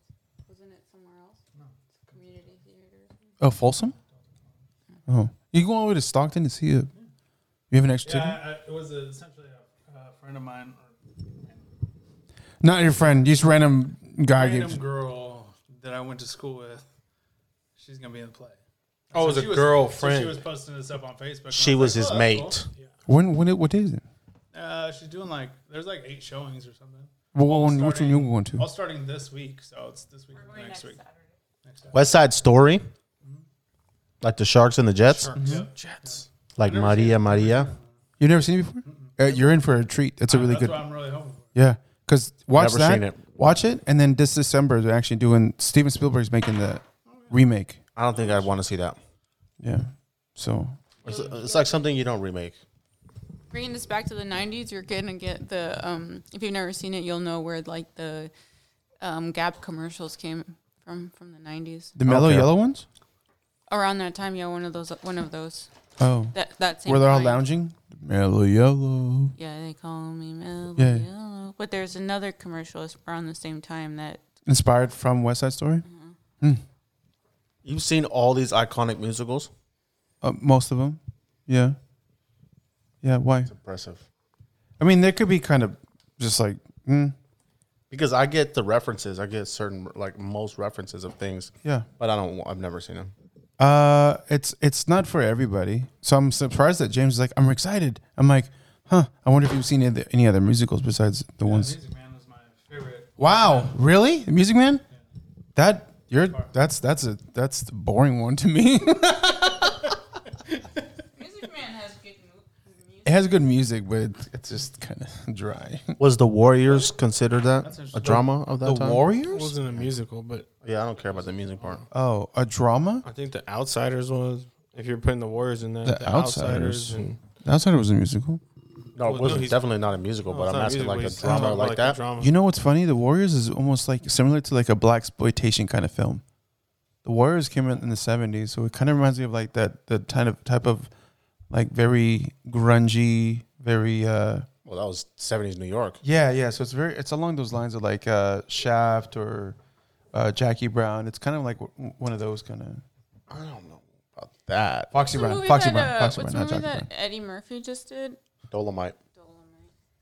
S6: Wasn't it somewhere else? No. It's a community theater.
S3: Oh, Folsom. Oh, you go all the way to Stockton to see it? You have an extra
S4: Yeah,
S3: ticket?
S4: I, I, it was essentially a uh, friend of mine,
S3: Not your friend, just random guy.
S4: random
S3: gives-
S4: girl that I went to school with. She's gonna be in the play.
S2: Oh, it was
S4: So
S2: a
S4: she was-
S2: girlfriend.
S4: So she was posting this up on Facebook. and
S5: She
S4: I
S5: was
S4: like,
S5: his
S4: "Oh, that's
S5: mate.
S4: cool."
S3: When? When? It, what day is it?
S4: Uh, she's doing like there's like eight showings or something.
S3: Well, when, which one
S4: starting-
S3: you going to?
S4: All starting this week, so it's this week and next week. Next time.
S5: West Side Story, like the Sharks and the Mm-hmm. Jets,
S2: Jets.
S5: like Maria Maria.
S3: You've never seen it before? Uh, you're in for a treat. That's a really
S4: That's
S3: good.
S4: what I'm really hoping for.
S3: Yeah, because watch
S5: Never
S3: that.
S5: seen it.
S3: Watch it, and then this December they're actually doing. Steven Spielberg's making the remake.
S5: I don't think I'd want to see that.
S3: Yeah, so
S5: It's, it's like something you don't remake.
S6: Bringing this back to the '90s, you're gonna get the. Um, if you've never seen it, you'll know where like the um, Gap commercials came from from the '90s.
S3: the mellow
S5: care.
S3: yellow ones.
S6: Around that time, yeah, one of those, one of those.
S3: Oh,
S6: That that same.
S3: where they're all
S6: time.
S3: lounging. Mellow yellow.
S6: Yeah, they call me Mellow
S3: Yeah.
S6: Yellow. But there's another commercial that's around the same time that
S3: Inspired from West Side Story?
S5: You've seen all these iconic musicals.
S3: Uh, most of them. Yeah. Yeah, why?
S5: Impressive.
S3: I mean, there could be kind of just like, mm,
S5: Because I get the references. I get certain like most references of things,
S3: yeah.
S5: but I don't. I've never seen them.
S3: Uh, it's it's not for everybody. So I'm surprised that James is like, I'm excited. I'm like, huh, I wonder if you've seen any other, any other musicals besides the ones.
S4: Music Man was my favorite.
S3: Wow, really? The Music Man? That you're that's that's a that's the boring one to me.
S6: Music Man has good music.
S3: it has good music, but it, it's just kind of dry.
S5: Was the Warriors considered that a drama of that
S3: The
S5: time?
S2: It
S3: Warriors?
S2: wasn't a musical, but
S5: yeah, I don't care about the music part.
S3: Oh, a drama?
S2: I think The Outsiders was. If you're putting the Warriors in there,
S3: The
S2: The, Outsiders.
S3: Outsiders.
S2: and
S3: I thought it was a musical.
S5: No,
S2: Well,
S5: it
S2: no,
S5: was
S2: he's-
S5: definitely not a musical,
S2: Oh,
S5: but
S2: it's
S5: I'm
S2: not
S5: asking
S2: musical,
S5: like a
S2: he's
S5: drama
S2: talking
S5: like,
S2: about, a
S5: that.
S2: drama.
S3: You know what's funny? The Warriors is almost like similar to like a black exploitation kind of film. The Warriors came out in the seventies, so it kind of reminds me of like that the kind of type of like very grungy, very uh
S5: Well, that was 70s New York.
S3: yeah, yeah. So it's very it's along those lines of like uh Shaft or uh, Jackie Brown. It's kind of like w- one of those kind of
S5: I don't know about that.
S3: Foxy
S6: What's the
S3: Brown,
S6: movie
S3: Foxy
S6: that,
S3: Brown,
S6: uh,
S3: Foxy
S6: what's
S3: Brown, not
S6: the movie
S3: Jackie
S6: that
S3: Brown.
S6: Eddie Murphy just did?
S5: Dolomite.
S6: Dolomite.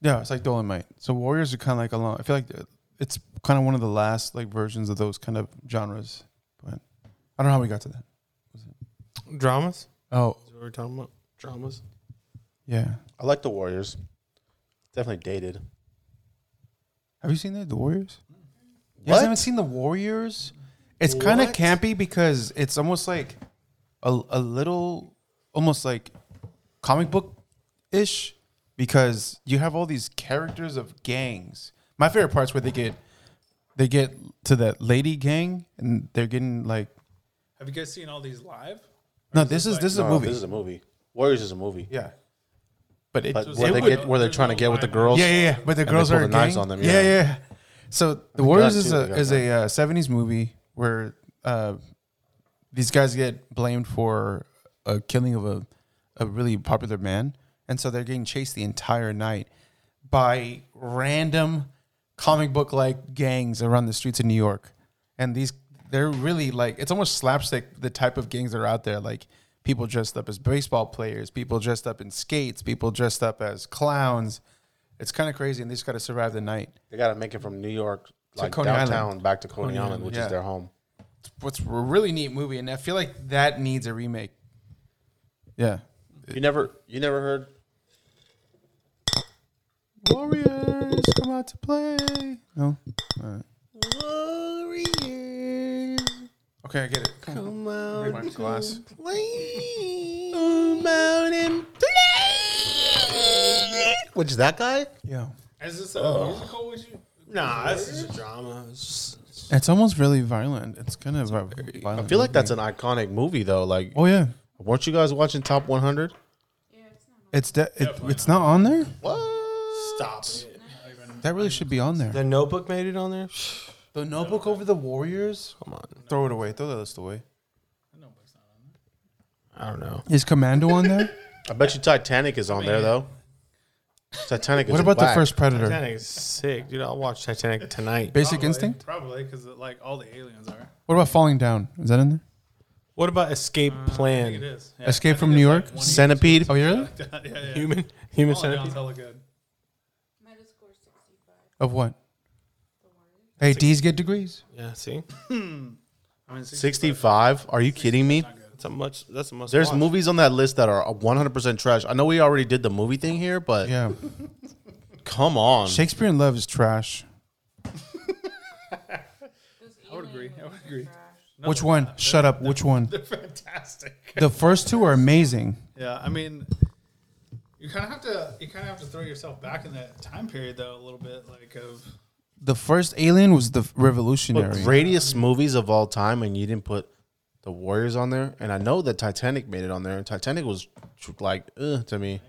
S3: Yeah, it's like Dolomite. So Warriors are kind of like along. I feel like uh, it's kind of one of the last like versions of those kind of genres. But I don't know how we got to that.
S2: Dramas?
S3: Oh
S2: Is what we're talking about? Dramas?
S3: yeah,
S5: I like the Warriors. Definitely dated.
S3: have you seen that? The Warriors. You guys haven't seen the Warriors? It's kind of
S5: What?
S3: campy because it's almost like a, a little, almost like comic book ish because you have all these characters of gangs. My favorite part's where they get they get to that lady gang and they're getting like
S4: Have you guys seen all these live?
S3: no this is this is a
S5: No,
S3: movie
S5: Uh, This is a movie. Warriors is a movie.
S3: yeah but it,
S5: But
S3: it
S5: where they
S3: would-
S5: get where they're trying to get with the girls.
S3: yeah yeah yeah but the
S5: they
S3: girls
S5: pull
S3: are
S5: the
S3: a
S5: knives
S3: gang.
S5: on them,
S3: yeah
S5: yeah.
S3: yeah so the Warriors
S5: that
S3: is
S5: too, I
S3: a
S5: got
S3: is a uh, '70s movie where uh, these guys get blamed for a killing of a a really popular man, and so they're getting chased the entire night by random comic book like gangs around the streets of New York, and these they're really like it's almost slapstick the type of gangs that are out there like. People dressed up as baseball players, people dressed up in skates, people dressed up as clowns. It's kind of crazy, and they just got to survive the night.
S5: They got to make it from New York, like
S3: Coney Island.
S5: downtown, back to Coney, Island, which
S3: yeah.
S5: is their home.
S3: what's a really neat movie, and I feel like that needs a remake. Yeah.
S5: You never, you never heard.
S3: Warriors come out to play. No. All right.
S5: Warriors
S3: Okay, I get it.
S5: come out
S3: My glass.
S5: play. Mountain play. Which that guy?
S3: Yeah.
S4: Is this a musical? Would you?
S2: Nah, this is a drama. It's just-
S3: It's almost really violent. It's kind of a violent.
S5: I feel like that's an iconic movie though. Like,
S3: Oh yeah.
S5: weren't you guys watching Top 100?
S3: It's de- it, it's not on there.
S2: stop. it.
S3: That really should be on there.
S2: The Notebook made it on there.
S3: The Notebook over the Warriors. Come on. Throw it away. Throw that list away.
S2: I don't know.
S3: Is Commando on there?
S5: I bet you Titanic is on there though. Titanic. Is
S3: what about the
S5: whack.
S3: first Predator?
S2: Titanic is sick, dude. I'll watch Titanic tonight.
S3: Basic Instinct.
S4: Probably because like all the aliens are.
S3: What about Falling Down? Is that in there?
S2: What about Escape
S4: I think it
S2: Plan?
S4: is. Yeah.
S3: Escape
S4: I
S3: from
S4: think
S3: New
S4: it's,
S3: York?
S4: one
S5: Centipede?
S3: Oh, you're really?
S4: each- yeah, yeah.
S2: Human, human
S4: All down's
S2: centipede.
S4: hella good.
S6: Metascore 65.
S3: Of what? Hey, D's get degrees.
S2: Yeah, see,
S4: I mean,
S5: 65? Are you kidding me?
S2: that's a much. That's a must.
S5: There's
S2: watch.
S5: movies on that list that are 100% trash. I know we already did the movie thing here, but
S3: Yeah.
S5: come on.
S3: Shakespeare in Love is trash.
S4: I would agree. I would agree.
S3: Which one? Shut up. Which one?
S4: They're fantastic.
S3: The first two are amazing.
S4: Yeah, I mean, you kind of have to you kind of have to throw yourself back in that time period though a little bit, like of
S3: The first Alien was the
S5: But
S3: revolutionary.
S5: greatest movies of all time, and you didn't put The Warriors on there. And I know that Titanic made it on there, and Titanic was tr- like, ugh, to me.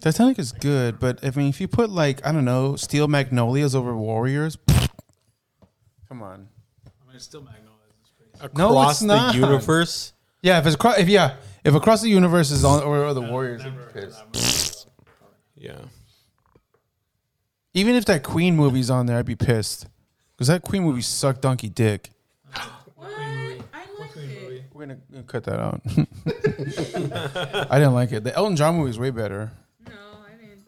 S3: Titanic is good, but I mean, if you put like I don't know, Steel Magnolias over Warriors, come on.
S4: I mean, it's still Magnolias. It's crazy.
S3: No, it's
S2: across
S3: not.
S2: the universe.
S3: Yeah, if it's across, if yeah, if across the universe is on or, or the Warriors,
S2: Yeah,
S3: even if that Queen movie's on there, I'd be pissed because that Queen movie sucked donkey dick.
S6: What? I liked it.
S3: We're gonna, gonna cut that out. I didn't like it. The Elton John movie is way better.
S6: No, I didn't think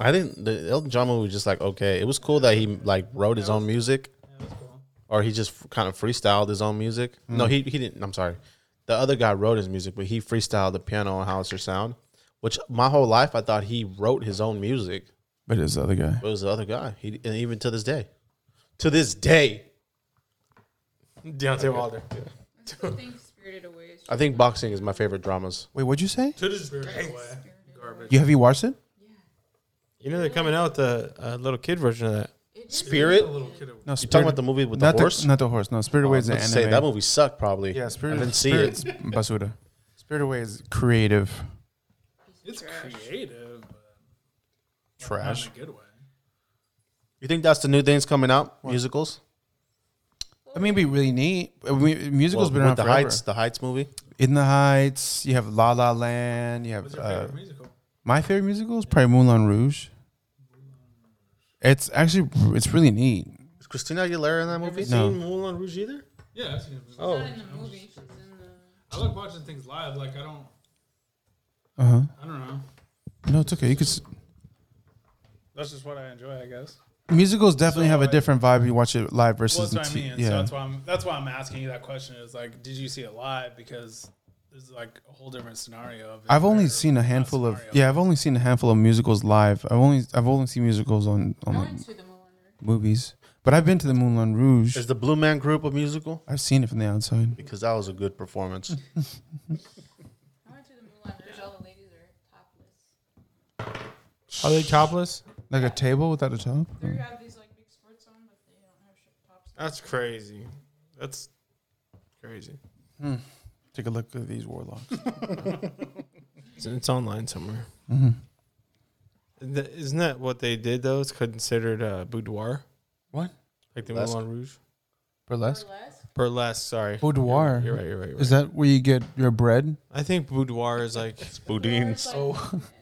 S5: I didn't. The Elton John movie was just like okay. It was cool that he like wrote his own music, or he just kind of freestyled his own music. No, he he didn't. I'm sorry. The other guy wrote his music, but he freestyled the piano and how it's your sound. Which my whole life I thought he wrote his own music.
S3: But it's the other guy.
S5: But it was the other guy. He and even to this day, to this day,
S2: Deontay Wilder.
S6: I think Spirited Away is
S5: I think boxing is my favorite dramas.
S3: Wait, what'd you say?
S2: To this
S3: You have you watched it?
S2: You know they're coming out with a, a little kid version of that.
S5: Spirit.
S3: No,
S5: You talking about the movie with the
S3: not
S5: horse?
S3: The, not the horse. No, Spirit Away
S5: I
S3: is
S5: was
S3: an
S5: about to
S3: anime.
S5: say that movie sucked probably.
S3: Yeah, Spirit.
S5: I didn't see it.
S3: Spirit's Basura. Spirit Away is creative
S4: It's creative, but
S3: trash.
S4: in a good way.
S5: You think that's the new things coming out? Musicals.
S3: I mean, it'd be really neat. I mean, musicals
S5: Well,
S3: been around
S5: with the
S3: forever.
S5: Heights, the Heights movie.
S3: In the Heights. You have La La Land. You have
S4: What's your
S3: uh,
S4: favorite musical?
S3: my favorite musical is probably Moulin Rouge. It's actually it's really neat.
S5: It's Christina Aguilera in that movie?
S2: Seen Moulin Rouge either?
S4: Yeah, that's a good movie.
S2: Oh,
S6: in the movie. She's in the.
S4: I like watching things live. Like I don't,
S3: Uh huh.
S4: I don't know.
S3: No, it's okay. You could. s-
S4: That's just what I enjoy, I guess.
S3: Musicals definitely
S4: So,
S3: have a
S4: like-
S3: different vibe. You watch it live
S4: Well,
S3: versus
S4: that's
S3: the
S4: what I
S3: t-
S4: mean.
S3: yeah.
S4: So that's why I'm that's why I'm asking you that question. Is like, did you see it live? Because there's like a whole different scenario. Of it
S3: I've only
S4: there.
S3: seen a
S4: Not
S3: handful of
S4: scenario.
S3: yeah. I've only seen a handful of musicals live. I've only I've only seen musicals on on
S6: I
S3: like,
S6: went to the Moulin Rouge.
S3: movies, but I've been to the Moulin Rouge.
S5: Is the Blue Man Group a musical?
S3: I've seen it from the outside.
S5: Because that was a good performance.
S6: I went to the Moulin Rouge. All the ladies are topless.
S3: Are they topless? Like a table without a top?
S6: They have these like big skirts on, but they don't have shit tops.
S2: that's crazy. That's crazy.
S3: Take a look at these warlocks.
S2: It's, it's online somewhere.
S3: hmm Mm-hmm.
S2: Th- isn't that what they did though? It's considered uh, boudoir.
S3: What?
S2: Like the
S5: Burlesque?
S2: Moulin Rouge?
S3: Burlesque.
S6: Burlesque?
S2: Burlesque, sorry.
S3: Boudoir.
S2: You're right, you're right. You're right.
S3: Is that where you get your bread?
S2: I think boudoir is like
S6: Boudins.
S3: Oh.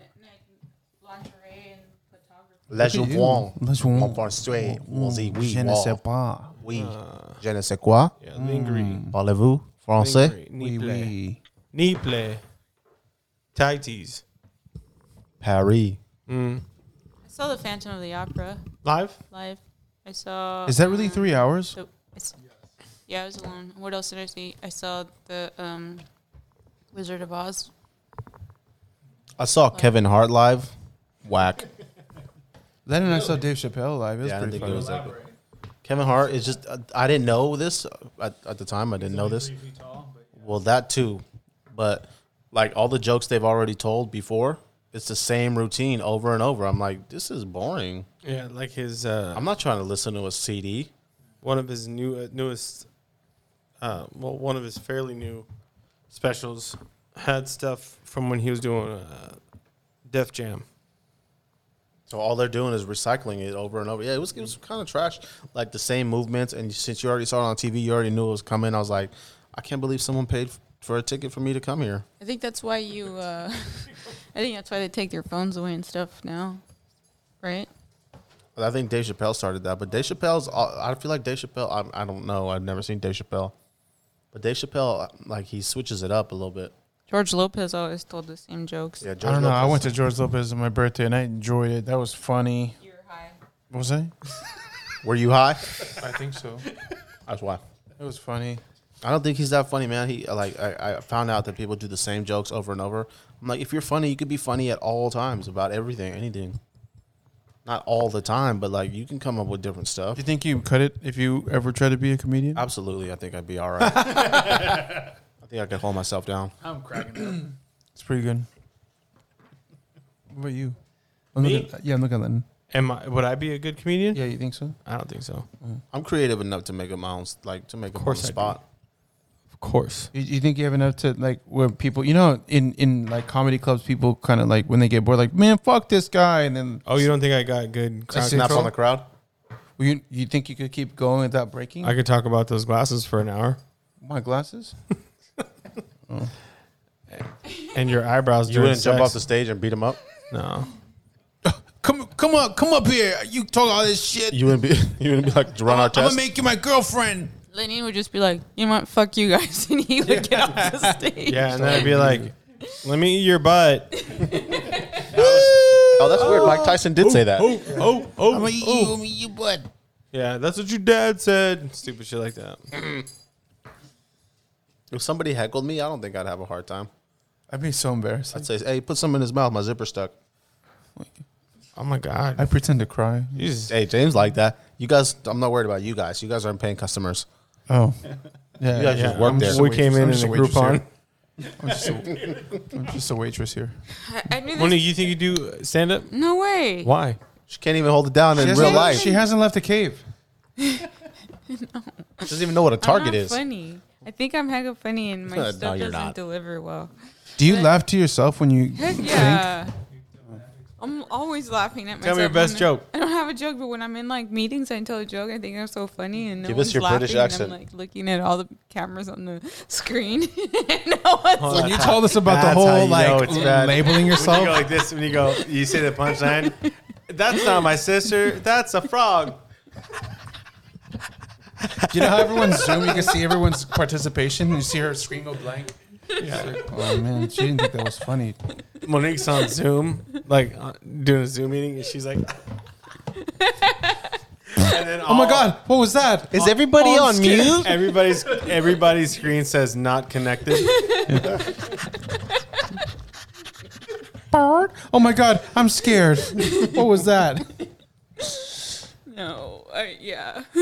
S6: lingerie and photography.
S5: Les
S3: Look at you.
S5: Jouons.
S3: Les
S5: Mon
S3: Jouons.
S5: François. Mon Zé, oui,
S3: Je ne
S5: wow.
S3: sais pas.
S5: Oui.
S2: uh,
S5: Je ne sais quoi.
S2: yeah, lingri.
S5: Parlez-vous français?
S2: Lingri.
S3: Mm. Oui,
S2: Niple.
S3: oui.
S2: Niple. Tighties.
S5: Paris.
S2: Mm.
S6: I saw the Phantom of the Opera
S2: Live?
S6: live. I saw.
S3: Is that really
S6: um,
S3: three hours?
S6: The, it's, yeah, I was alone. What else did I see? I saw the um, Wizard of Oz.
S5: I saw Kevin Hart live. Whack.
S3: Lennon and I saw Dave Chappelle live. It was uh,
S5: Yeah, I
S3: pretty
S5: think
S3: fun.
S5: it was like Kevin Hart is just. I- I didn't know this at, at the time. I didn't know this.
S4: Three feet tall, but
S5: Well, that too, but like all the jokes they've already told before, it's the same routine over and over. I'm like, this is boring.
S2: Yeah, like his uh,
S5: I'm not trying to listen to a CD.
S2: one of his new uh, newest, uh, well, one of his fairly new specials had stuff from when he was doing uh, Def Jam.
S5: So all they're doing is recycling it over and over. Yeah, it was, it was kind of trash. Like the same movements, and since you already saw it on TV, you already knew it was coming. I was like, I can't believe someone paid f- for a ticket for me to come here.
S6: I think that's why you. Uh, I think that's why they take their phones away and stuff now, right?
S5: I think Dave Chappelle started that, but Dave Chappelle's. I feel like Dave Chappelle. I, I don't know. I've never seen Dave Chappelle, but Dave Chappelle, like he switches it up a little bit.
S6: George Lopez always told the same jokes.
S5: Yeah, George
S3: I don't know. I
S5: Lopez.
S3: went to George Lopez on my birthday and I enjoyed it. That was funny.
S6: You're high.
S3: What was I?
S5: Were you high?
S3: I think so.
S5: That's why.
S3: It was funny.
S5: I don't think he's that funny, man. He like I, I found out that people do the same jokes over and over. I'm like, if you're funny, you could be funny at all times about everything, anything. Not all the time, but like you can come up with different stuff.
S3: Do you think you cut it if you ever try to be a comedian?
S5: Absolutely, I think I'd be all right. I think I could hold myself down.
S4: I'm cracking up.
S3: It's pretty good. What about you? I'm
S2: Me?
S3: Looking, yeah, I'm looking at Lennon.
S2: Am I? Would I be a good comedian?
S3: Yeah, you think so?
S2: I don't think so.
S5: I'm creative enough to make up my own, s- like to make up on
S2: course
S5: the
S2: I do.
S5: spot.
S2: Of course.
S3: You, you think you have enough to like where people, you know, in in like comedy clubs, people kind of like when they get bored, like man, fuck this guy, and then
S2: Oh, you don't think I got good? Crowd
S3: That's
S5: Snaps
S2: control?
S5: on the crowd.
S3: Well, you you think you could keep going without breaking?
S2: I could talk about those glasses for an hour
S3: My glasses.
S2: and your eyebrows.
S5: You
S2: during
S5: wouldn't jump off
S2: sex.
S5: the stage and beat him up.
S2: No.
S3: Come come on, come up here. You talk all this shit.
S5: You wouldn't be. You wouldn't be like run our
S3: I'm
S5: test.
S3: gonna make you my girlfriend.
S6: Lenny would just be like, "You know what? Fuck you guys," and he would get off the stage.
S2: Yeah, and then I'd be like, "Let me eat your butt."
S5: oh, that's weird. Mike Tyson did say that.
S2: Oh, oh, oh,
S3: I'm gonna eat
S2: oh.
S3: you, I'm gonna eat your butt.
S2: Yeah, that's what your dad said. Stupid shit like that.
S5: If somebody heckled me, I don't think I'd have a hard time.
S3: I'd be so embarrassed.
S5: I'd say, "Hey, put some in his mouth. My zipper stuck."
S2: Oh my god.
S3: I pretend to cry.
S2: Jesus.
S5: Hey, James, like that. You guys, I'm not worried about you guys. You guys aren't paying customers.
S3: Oh, yeah.
S5: You guys
S2: Yeah,
S5: just work
S2: I'm
S5: there.
S2: just we came in
S3: I'm
S2: in
S3: just
S2: a
S3: a waitress
S2: Groupon.
S3: I'm just, a, I'm just a waitress here.
S6: I, I knew
S2: When do
S6: this.
S2: you think you do stand up?
S6: No way.
S2: Why?
S5: She can't even hold it down in real
S3: hasn't-
S5: life.
S3: she hasn't left the cave.
S5: She doesn't even know what a
S6: I'm
S5: target
S6: not
S5: is.
S6: Funny. I think I'm hella funny, and my
S5: No,
S6: stuff
S5: you're
S6: doesn't
S5: not.
S6: deliver well.
S3: Do you laugh to yourself when you
S6: Heck
S3: think?
S6: yeah. I'm always laughing at myself.
S2: Tell me your best
S6: when-
S2: joke.
S6: I don't have a joke, but when I'm in like meetings, I tell a joke. I think I'm so funny, and no
S5: Give us
S6: one's
S5: your
S6: laughing,
S5: British accent.
S6: And I'm like looking at all the cameras on the screen. and no one's
S2: Oh,
S3: When
S2: that's
S3: you
S2: how-
S3: told us about the
S2: that's how
S3: whole
S2: you know
S3: like
S2: it's bad.
S3: labeling
S2: When you go
S3: yourself,
S2: like this, when you go, you say the punchline. That's not my sister. That's a frog.
S3: You know how everyone's Zoom, you can see everyone's participation. You see her screen go blank. Yeah. oh man, she didn't think that was funny.
S2: Monique's on Zoom, like uh, doing a Zoom meeting, and she's like, And then
S3: Oh my
S2: all-
S3: god, what was that? Oh,
S5: Is everybody on, mute?
S2: Everybody's everybody's screen says not connected.
S3: Bird? Oh my god, I'm scared. what was that?
S6: No, I, yeah.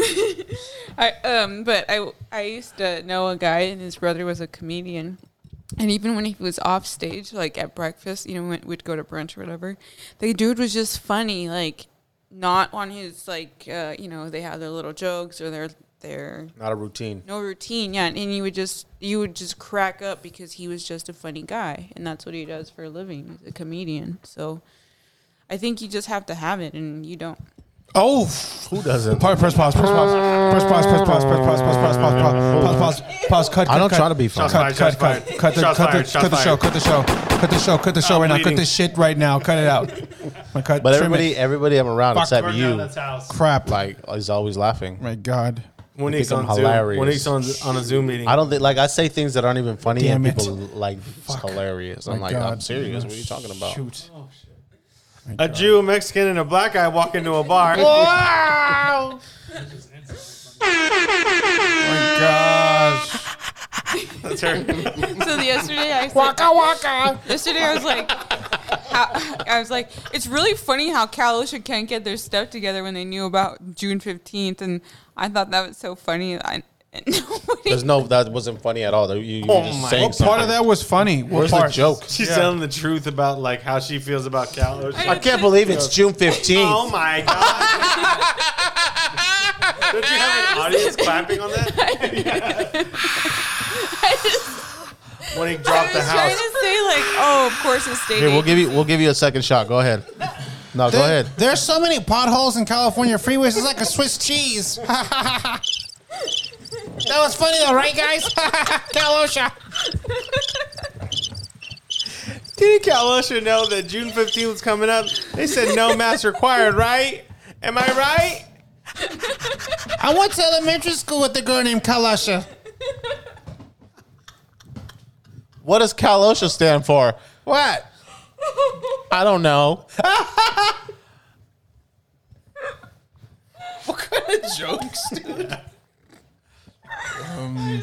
S6: I um, but I I used to know a guy, and his brother was a comedian. And even when he was off stage, like at breakfast, you know, when we'd go to brunch or whatever, the dude was just funny, like not on his like, uh, you know, they have their little jokes or their their
S5: Not a routine.
S6: no routine, yeah. And you would just you would just crack up because he was just a funny guy, and that's what he does for a living, he's a comedian. So, I think you just have to have it, and you don't.
S3: Oh,
S5: Who doesn't?
S3: pause, press pause, press pause, press pause, press pause, press pause, press pause, pause, pause, pause, pause, pause, cut.
S5: I don't
S3: cut,
S5: try to be funny.
S3: cut, cut,
S2: Shots
S3: cut,
S2: fired,
S3: cut, cut, the,
S2: shots
S3: cut, the,
S2: fired, shots
S3: cut the show,
S2: fired.
S3: cut the show, cut the show, cut the show
S2: I'm
S3: right now, cut
S2: bleeding.
S3: this shit right now, cut it out. My cut.
S5: But
S3: trim
S5: everybody,
S3: it.
S5: everybody I'm around
S3: Fuck,
S5: except
S4: Burn
S5: you,
S4: down this house.
S3: crap. Like,
S5: like, is always laughing.
S3: my God,
S2: Monique's
S5: I'm
S2: on Zoom.
S5: hilarious.
S2: Monique's on on a Zoom meeting.
S5: I don't think, like, I say things that aren't even funny,
S3: Damn
S5: and
S3: it.
S5: people like it's hilarious. I'm
S3: My
S5: like,
S3: God.
S5: I'm serious. What are you talking about?
S3: shoot.
S2: a Jew, a Mexican, and a black guy walk into a bar. wow!
S3: My gosh.
S2: That's her.
S6: So the yesterday I said, Yesterday I was like, how, I was like, it's really funny how Kalisha can't get their stuff together when they knew about June fifteenth, and I thought that was so funny. I, and nobody,
S5: There's no, that wasn't funny at all. You, you were just
S2: my-
S5: saying
S3: What part of
S5: something.
S3: that was funny? What
S5: Where's
S3: part?
S5: the joke?
S2: She's telling the truth about like how she feels about Cal.
S5: I can't believe it's June 15th.
S2: Oh my god! Don't you have an audience clapping on that?
S6: I just
S2: When he dropped the
S6: was trying to
S2: house,
S6: say like, oh, of course it's
S5: Here,
S6: dating.
S5: we'll give you, we'll give you a second shot. Go ahead. No, go ahead.
S3: There's so many potholes in California freeways. It's like a Swiss cheese. that was funny though, right, guys? Kalosha.
S2: did Cal Usher know that June 15th was coming up? They said no mask required, right? Am I right?
S3: I went to elementary school with a girl named Kalosha.
S5: What does Cal OSHA stand for? What? I don't know.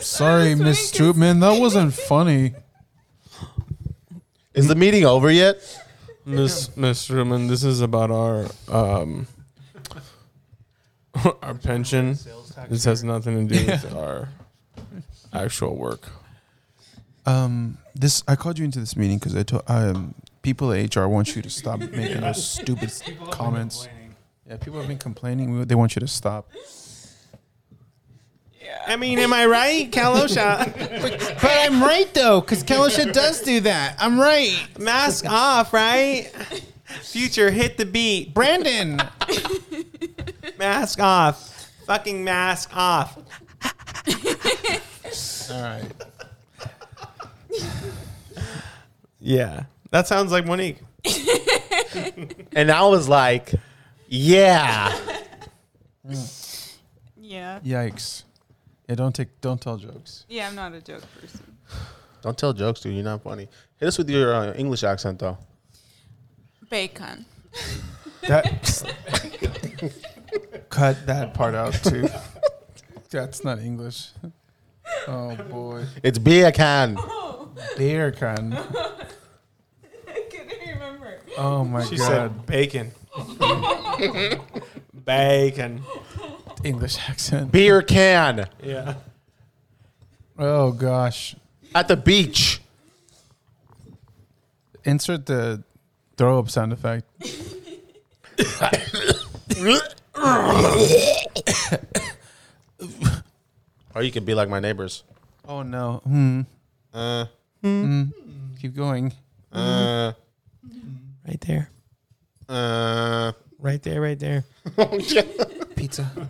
S3: Sorry, Miss Stroopman, that wasn't funny.
S5: Is the meeting over yet?
S2: Miss Miss Truman, this is about our um our pension. This has nothing to do with our actual work.
S3: Um, this I called you into this meeting because I told um people at HR want you to stop making those stupid comments. Yeah, people have been complaining. We- They want you to stop.
S2: I mean, am I right, Kalosha?
S3: But I'm right though, because Kalosha does do that. I'm right,
S2: Mask off, right? Future, hit the beat.
S3: Brandon.
S2: Mask off. Fucking mask off.
S3: All right.
S2: Yeah. That sounds like Monique.
S5: And I was like, yeah.
S6: yeah,
S3: Yikes. Yeah, don't take, don't tell jokes.
S6: yeah, I'm not a joke person.
S5: Don't tell jokes, dude. You're not funny. Hit us with your uh, English accent, though.
S6: Bacon.
S3: That cut that part out too. That's not English. Oh boy,
S5: It's beer can.
S3: beer can.
S6: I couldn't remember.
S3: Oh my
S2: She
S3: god,
S2: said bacon. bacon.
S3: English accent.
S5: Beer can
S2: Yeah.
S3: Oh gosh,
S5: at the beach.
S3: insert the throw up sound effect.
S5: Or you can be like my neighbors.
S3: Oh no. Hmm.
S5: Uh,
S3: Keep going.
S5: uh,
S2: Right there.
S5: uh.
S2: Right there, right there.
S3: Pizza.
S6: You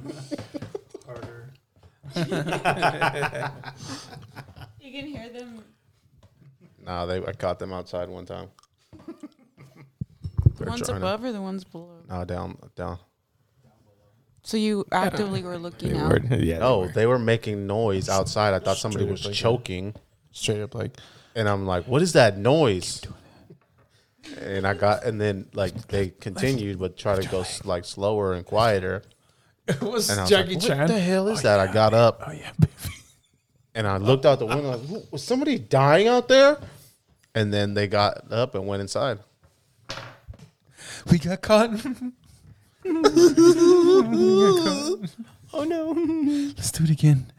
S6: can hear them.
S5: Nah, they. I caught them outside one time. They're
S6: The ones
S5: trying to-
S6: above or the ones below.
S5: No, down, down.
S6: So you actively were looking out.
S2: Word. Yeah.
S5: No, Oh, they were making noise outside. I thought somebody was choking,
S7: Straight up, like
S5: and I'm like, "What is that noise?" And I got, and then like they continued, but try to go s- like slower and quieter.
S3: It was
S5: And I was
S3: Jackie
S5: like,
S3: Chan.
S5: What the hell is that? I got up
S3: Oh yeah, baby.
S5: and I looked out the window. I was, "Who- was somebody dying out there? And then they got up and went inside.
S3: We got caught.
S5: Oh no!
S3: Let's do it again.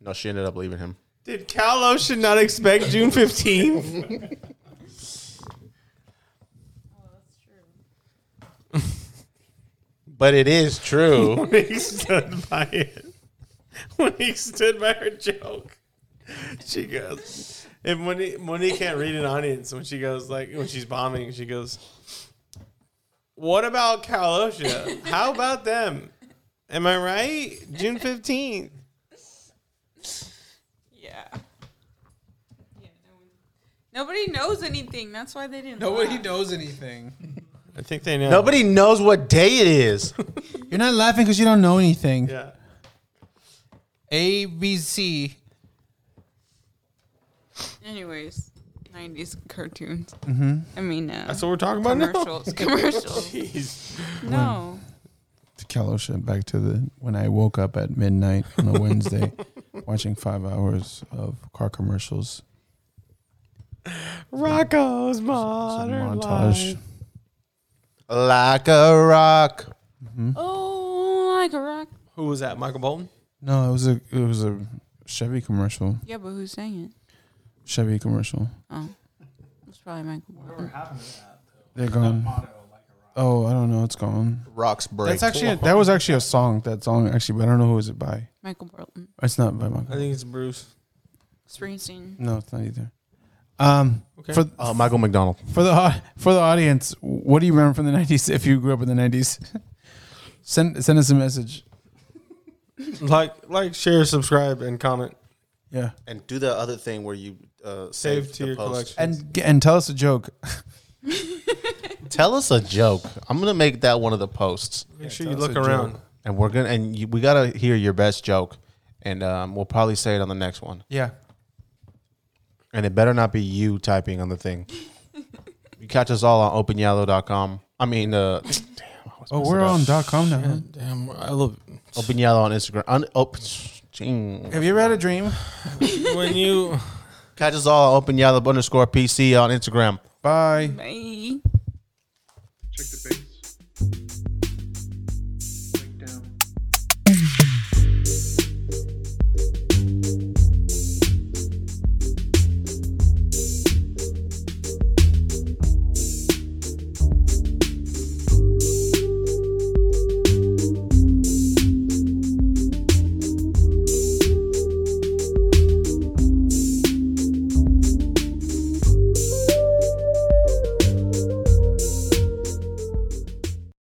S5: No, she ended up leaving him.
S2: Did Cal Ocean not expect June 15th?
S5: But it is true.
S2: when he stood by it. When he stood by her joke, she goes. And Monique, Monique can't read an audience when she goes like when she's bombing, she goes, "What about Kalosha? How about them? Am I right? June fifteenth.
S6: Yeah. Yeah. No one, nobody knows anything. That's why they didn't.
S3: Nobody
S6: laugh.
S3: knows anything.
S2: I think they know.
S5: Nobody knows what day it is.
S3: You're not laughing because you don't know anything.
S2: Yeah.
S3: A B C.
S6: Anyways, '90s cartoons. I mean, uh,
S2: That's what we're talking about now.
S6: commercials. Commercials.
S2: Jeez.
S6: no.
S3: To Kalosha, back to the when I woke up at midnight on a Wednesday, watching five hours of car commercials.
S2: Rocco's
S3: It's a
S2: modern
S3: montage.
S2: Life.
S5: like a rock.
S6: Oh, like a rock.
S2: Who was that? Michael Bolton.
S3: No, it was a it was a Chevy commercial.
S6: Yeah, but who sang it?
S3: Chevy commercial.
S6: Oh, it's probably Michael. Bolton.
S4: Whatever happened to that?
S3: They're gone.
S4: Motto, like a rock.
S3: Oh, I don't know. It's gone.
S9: Rocks break.
S3: That's actually that was actually a song. That song actually, but I don't know who is it by.
S6: Michael Bolton.
S3: It's not by
S2: I
S3: Michael.
S2: think it's Bruce.
S6: Springsteen.
S3: No, it's not either. Um,
S2: Okay.
S3: for
S5: Uh, Michael McDonald.
S3: for the au- for the audience, what do you remember from the nineties? If you grew up in the nineties, send send us a message.
S2: Like, like, share, subscribe, and comment.
S3: Yeah,
S9: And do the other thing where you uh,
S2: Save to your collection.
S3: and and tell us a joke.
S5: Tell us a joke. I'm gonna make that one of the posts,
S2: Make sure you look around.
S5: and we're gonna and you, we gotta hear your best joke, and um, we'll probably say it on the next one.
S3: Yeah,
S5: And it better not be you typing on the thing. you catch us all on openyellow.com. I mean, uh, damn, I was
S3: Oh,
S5: messing
S3: we're
S5: it up.
S3: on dot com now. huh?
S2: Damn, I love
S5: Open Yellow on Instagram. On, op- ching.
S3: Have you ever had a dream?
S2: when you.
S5: catch us all on Open Yellow underscore PC on Instagram.
S3: Bye.
S6: Bye.